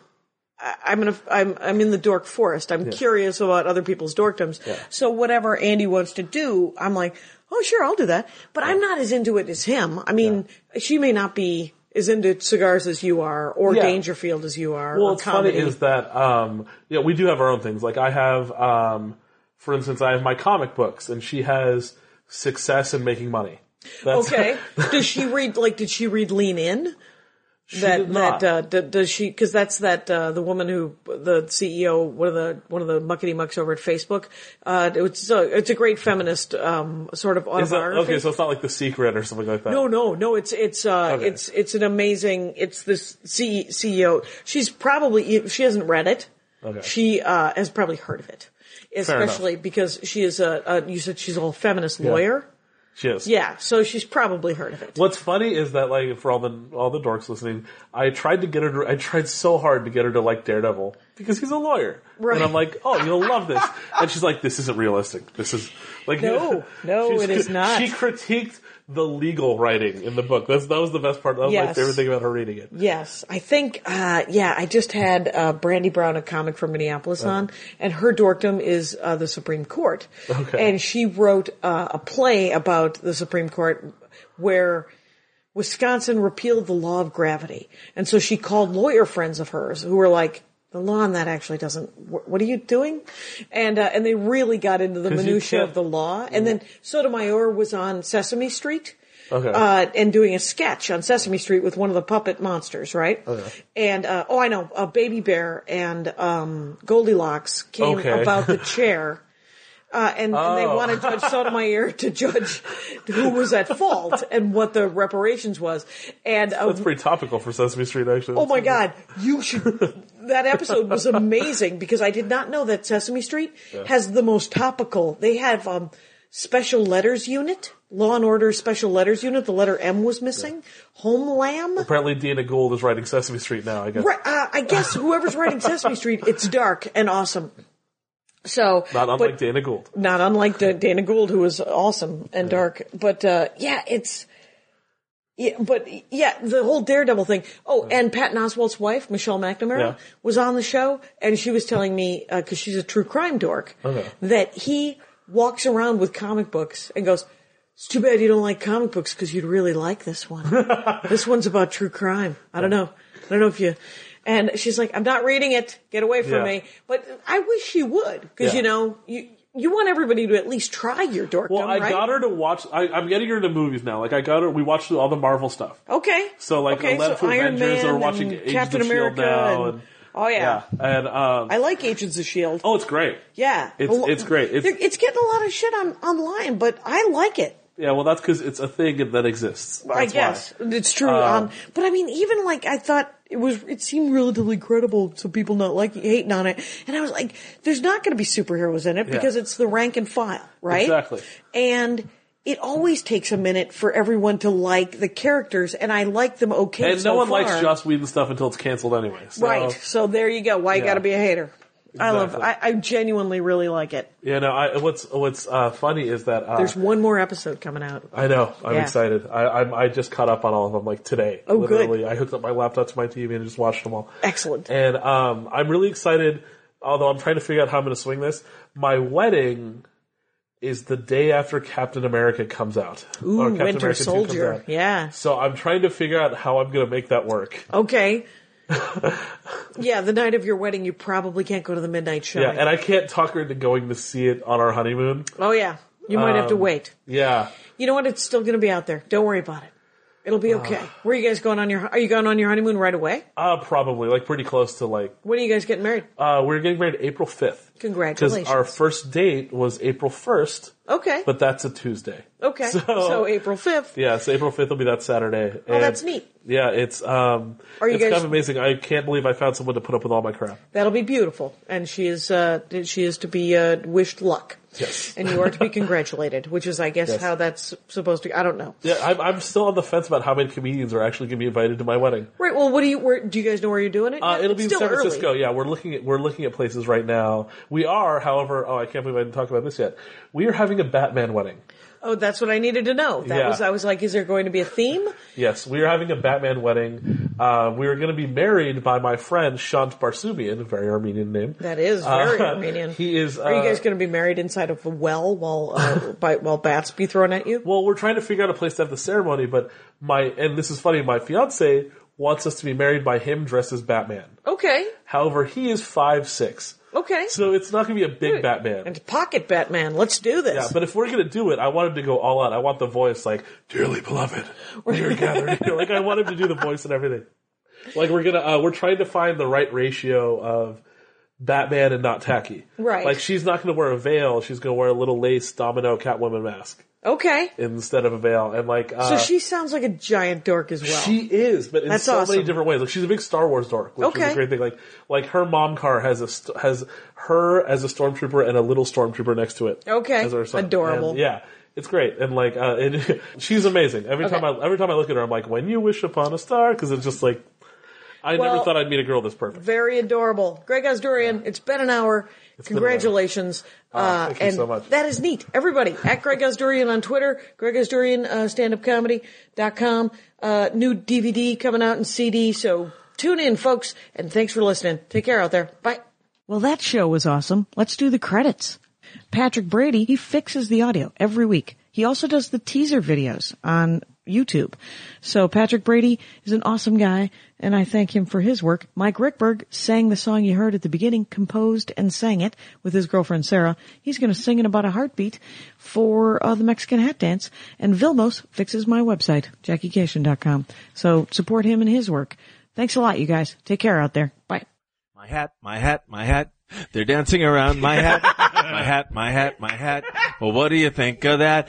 S2: I- I'm in a, I'm I'm in the dork forest. I'm curious about other people's dorkdoms. So whatever Andy wants to do, I'm like, oh sure, I'll do that. But I'm not as into it as him. I mean, she may not be as into cigars as you are, or
S3: Yeah.
S2: Dangerfield as you are.
S3: well,
S2: or
S3: what's funny
S2: comedy.
S3: is that um, yeah, we do have our own things. Like I have, um, for instance, I have my comic books, and she has success in making money. That's,
S2: okay. does she read like? Did she read Lean In?
S3: did
S2: that
S3: not.
S2: that uh, d- does she? Because that's that uh, the woman who the CEO one of the one of the muckety mucks over at Facebook. Uh, it's a it's a great feminist um, sort of
S3: Is that-
S2: autobiography.
S3: okay, so it's not like The Secret or something like that.
S2: no, no, no. It's it's uh,
S3: Okay.
S2: it's it's an amazing. It's this C- CEO. She's probably e, she hasn't read it.
S3: Okay.
S2: She uh, has probably heard of it,
S3: enough.
S2: especially because she is a, a. You said she's a feminist lawyer.
S3: she is.
S2: Yeah, so she's probably heard of it.
S3: What's funny is that like for all the all the dorks listening, I tried to get her. To, I tried so hard to get her to like Daredevil because he's a lawyer,
S2: Right.
S3: and I'm like, oh, you'll love this, and she's like, this isn't realistic. This is like
S2: No, no,
S3: she's-
S2: it is not.
S3: She critiqued the legal writing in the book. That's that was the best part. That was my
S2: Yes.
S3: favorite thing about her reading it.
S2: Yes, I think. Uh, yeah, I just had uh, Brandy Brown, a comic from Minneapolis, on, and her dorkdom is uh, the Supreme Court.
S3: Okay.
S2: And she wrote uh, a play about the Supreme Court where Wisconsin repealed the law of gravity, and so she called lawyer friends of hers who were like. The law on that actually doesn't. wh- What are you doing? And uh, and they really got into the
S3: 'Cause you
S2: minutia
S3: can't- Mm-hmm.
S2: of the law. And then Sotomayor was on Sesame Street,
S3: Okay.
S2: uh, and doing a sketch on Sesame Street with one of the puppet monsters, right? And uh, oh, I know, uh, Baby Bear and um, Goldilocks came
S3: Okay.
S2: about the chair. Uh, and, and they
S3: Oh.
S2: wanted Judge Sotomayor to judge who was at fault and what the reparations was. And uh,
S3: That's pretty topical for Sesame Street, actually.
S2: Oh my God, you should. that episode was amazing because I did not know that Sesame Street has the most topical. They have um, special letters unit, Law and Order special letters unit. The letter M was missing. Homeland.
S3: Apparently, Dina Gould is writing Sesame Street now. I guess
S2: Right, uh, I guess whoever's writing Sesame Street, it's dark and awesome. So
S3: not unlike
S2: but-
S3: Dana Gould.
S2: not unlike Da- Dana Gould, who was awesome and dark. But uh, yeah, it's yeah, but yeah, the whole Daredevil thing. Oh, and Patton Oswald's wife, Michelle McNamara,
S3: Yeah.
S2: was on the show, and she was telling me because she's a true crime dork
S3: Okay.
S2: that he walks around with comic books and goes. It's too bad you don't like comic books because you'd really like this one. this one's about true crime. I don't know. I don't know if you. And she's like, I'm not reading it. Get away from
S3: Yeah.
S2: me. But I wish she would because
S3: Yeah.
S2: you know you you want everybody to at least try your dorkdom,
S3: Well, I
S2: right?
S3: got her to watch. I, I'm getting her into movies now. Like I got her. We watched all the Marvel stuff.
S2: Okay.
S3: So, like,
S2: okay,
S3: Eleven
S2: so
S3: for
S2: Iron
S3: Avengers,
S2: Man
S3: or watching
S2: and
S3: Agents
S2: Captain
S3: of S.H.I.E.L.D.
S2: America.
S3: E now,
S2: and-
S3: and-
S2: oh yeah.
S3: Yeah, and um,
S2: I like Agents of Shield.
S3: oh, it's great.
S2: yeah,
S3: it's- it's great. It's-
S2: They're- it's getting a lot of shit on online, but I like it.
S3: Yeah, well, that's because it's a thing that exists.
S2: I
S3: That's why.
S2: guess it's true.
S3: Um,
S2: um, but I mean, even like I thought it was it seemed relatively credible to people not liking hating on it. And I was like, there's not going to be superheroes in it because it's the rank and file, right?
S3: Exactly.
S2: And it always takes a minute for everyone to like the characters, and I like them okay.
S3: And
S2: so
S3: no one likes
S2: far.
S3: Joss Whedon stuff until it's canceled anyway. So,
S2: right. So there you go. Why you
S3: Yeah.
S2: got to be a hater? I love.
S3: Exactly.
S2: I, I genuinely really like it.
S3: Yeah, no. I, what's what's uh, funny is that uh,
S2: There's one more episode coming out.
S3: I know. I'm
S2: Yeah.
S3: excited. I, I'm, I just caught up on all of them like today.
S2: Oh, good.
S3: literally. I hooked up my laptop to my TV and just watched them all.
S2: Excellent.
S3: And um, I'm really excited. Although I'm trying to figure out how I'm going to swing this. My wedding is the day after Captain America comes out.
S2: Ooh,
S3: or oh, Captain
S2: Winter
S3: America 2 comes
S2: Soldier.
S3: out.
S2: Yeah.
S3: So I'm trying to figure out how I'm going to make that work.
S2: Okay. yeah, the night of your wedding, you probably can't go to the midnight show.
S3: Yeah, and I can't talk her into going to see it on our honeymoon.
S2: oh yeah, you might have to
S3: Um,
S2: wait.
S3: Yeah.
S2: You know what? It's still going to be out there. Don't worry about it. It'll be okay. Where are you guys going on your? Are you going on your honeymoon right away?
S3: Uh, probably. Like pretty close to like
S2: When are you guys getting married?
S3: Uh, we are getting married April 5th.
S2: Congratulations.
S3: Because our first date was April 1st,
S2: Okay.
S3: but that's a Tuesday.
S2: okay. So,
S3: so-
S2: April fifth.
S3: Yeah, so April 5th will be that Saturday. Oh,
S2: that's neat.
S3: Yeah, it's, um,
S2: Are you
S3: it's
S2: guys-
S3: kind of amazing. I can't believe I found someone to put up with all my crap.
S2: That'll be beautiful, and she is uh, she is to be uh, wished luck.
S3: Yes.
S2: And you are to be congratulated, which is, I guess,
S3: Yes.
S2: how that's supposed to. I don't know.
S3: Yeah, I'm, I'm still on the fence about how many comedians are actually going to be invited to my wedding.
S2: Right. Well, what do you? Where do you guys know where you're doing it?
S3: Uh,
S2: yet?
S3: it'll
S2: It's
S3: be in
S2: still
S3: San
S2: early.
S3: Francisco. Yeah, we're looking at we're looking at places right now. We are, however, oh, I can't believe I didn't talk about this yet. We are having a Batman wedding.
S2: Oh, that's what I needed to know. That
S3: Yeah.
S2: was. I was like, is there going to be a theme?
S3: Yes, we are having a Batman wedding. Uh, we are going to be married by my friend Shant Barsubian, a very Armenian name.
S2: That is very
S3: Uh,
S2: Armenian.
S3: He is. Uh,
S2: Are you guys going to be married inside of a well while uh, by, while bats be thrown at you?
S3: well, we're trying to figure out a place to have the ceremony, but my and this is funny. My fiance wants us to be married by him dressed as Batman.
S2: Okay,
S3: However, he is five six,
S2: okay.
S3: so it's not going to be a big Batman.
S2: and pocket Batman, let's do this.
S3: yeah, but if we're gonna do it, I want him to go all out. I want the voice like "Dearly beloved, we are gathered here." Like I want him to do the voice and everything. Like we're gonna, uh, we're trying to find the right ratio of Batman and not tacky.
S2: Right.
S3: Like she's not gonna wear a veil. She's gonna wear a little lace Domino Catwoman mask
S2: okay,
S3: instead of a veil. And like, uh,
S2: so she sounds like a giant dork as well.
S3: she is, but in
S2: That's
S3: so
S2: awesome.
S3: many different ways. Like she's a big Star Wars dork, which is
S2: Okay.
S3: a great thing. Like, like her mom car has a st- has her as a stormtrooper and a little stormtrooper next to it.
S2: Okay.
S3: as her son.
S2: Adorable.
S3: And, yeah, it's great. And like, uh, and she's amazing. Every time I every time I look at her, I'm like, when you wish upon a star, because it's just like, I
S2: Well-
S3: never thought I'd meet a girl this perfect.
S2: Very adorable. Greg Asdorian, it's been an hour.
S3: been an hour.
S2: Congratulations. Uh,
S3: Ah, thank you
S2: and
S3: so much.
S2: That is neat. Everybody, at Greg Asdorian on Twitter, Greg Asdorian, uh, standupcomedy.com. Uh, new DVD coming out in CD, so tune in, folks, and thanks for listening. Take care out there. Bye.
S4: Well, that show was awesome. Let's do the credits. Patrick Brady, he fixes the audio every week. He also does the teaser videos on YouTube. So Patrick Brady is an awesome guy and I thank him for his work. Mike Rickberg sang the song you heard at the beginning, composed and sang it with his girlfriend Sarah. He's going to sing in about a heartbeat for uh, the Mexican hat dance and Vilmos fixes my website, JackieCation.com. So support him and his work. Thanks a lot, you guys. Take care out there. Bye.
S5: My hat, my hat, my hat. They're dancing around my hat, my hat, my hat, my hat. Well, what do you think of that?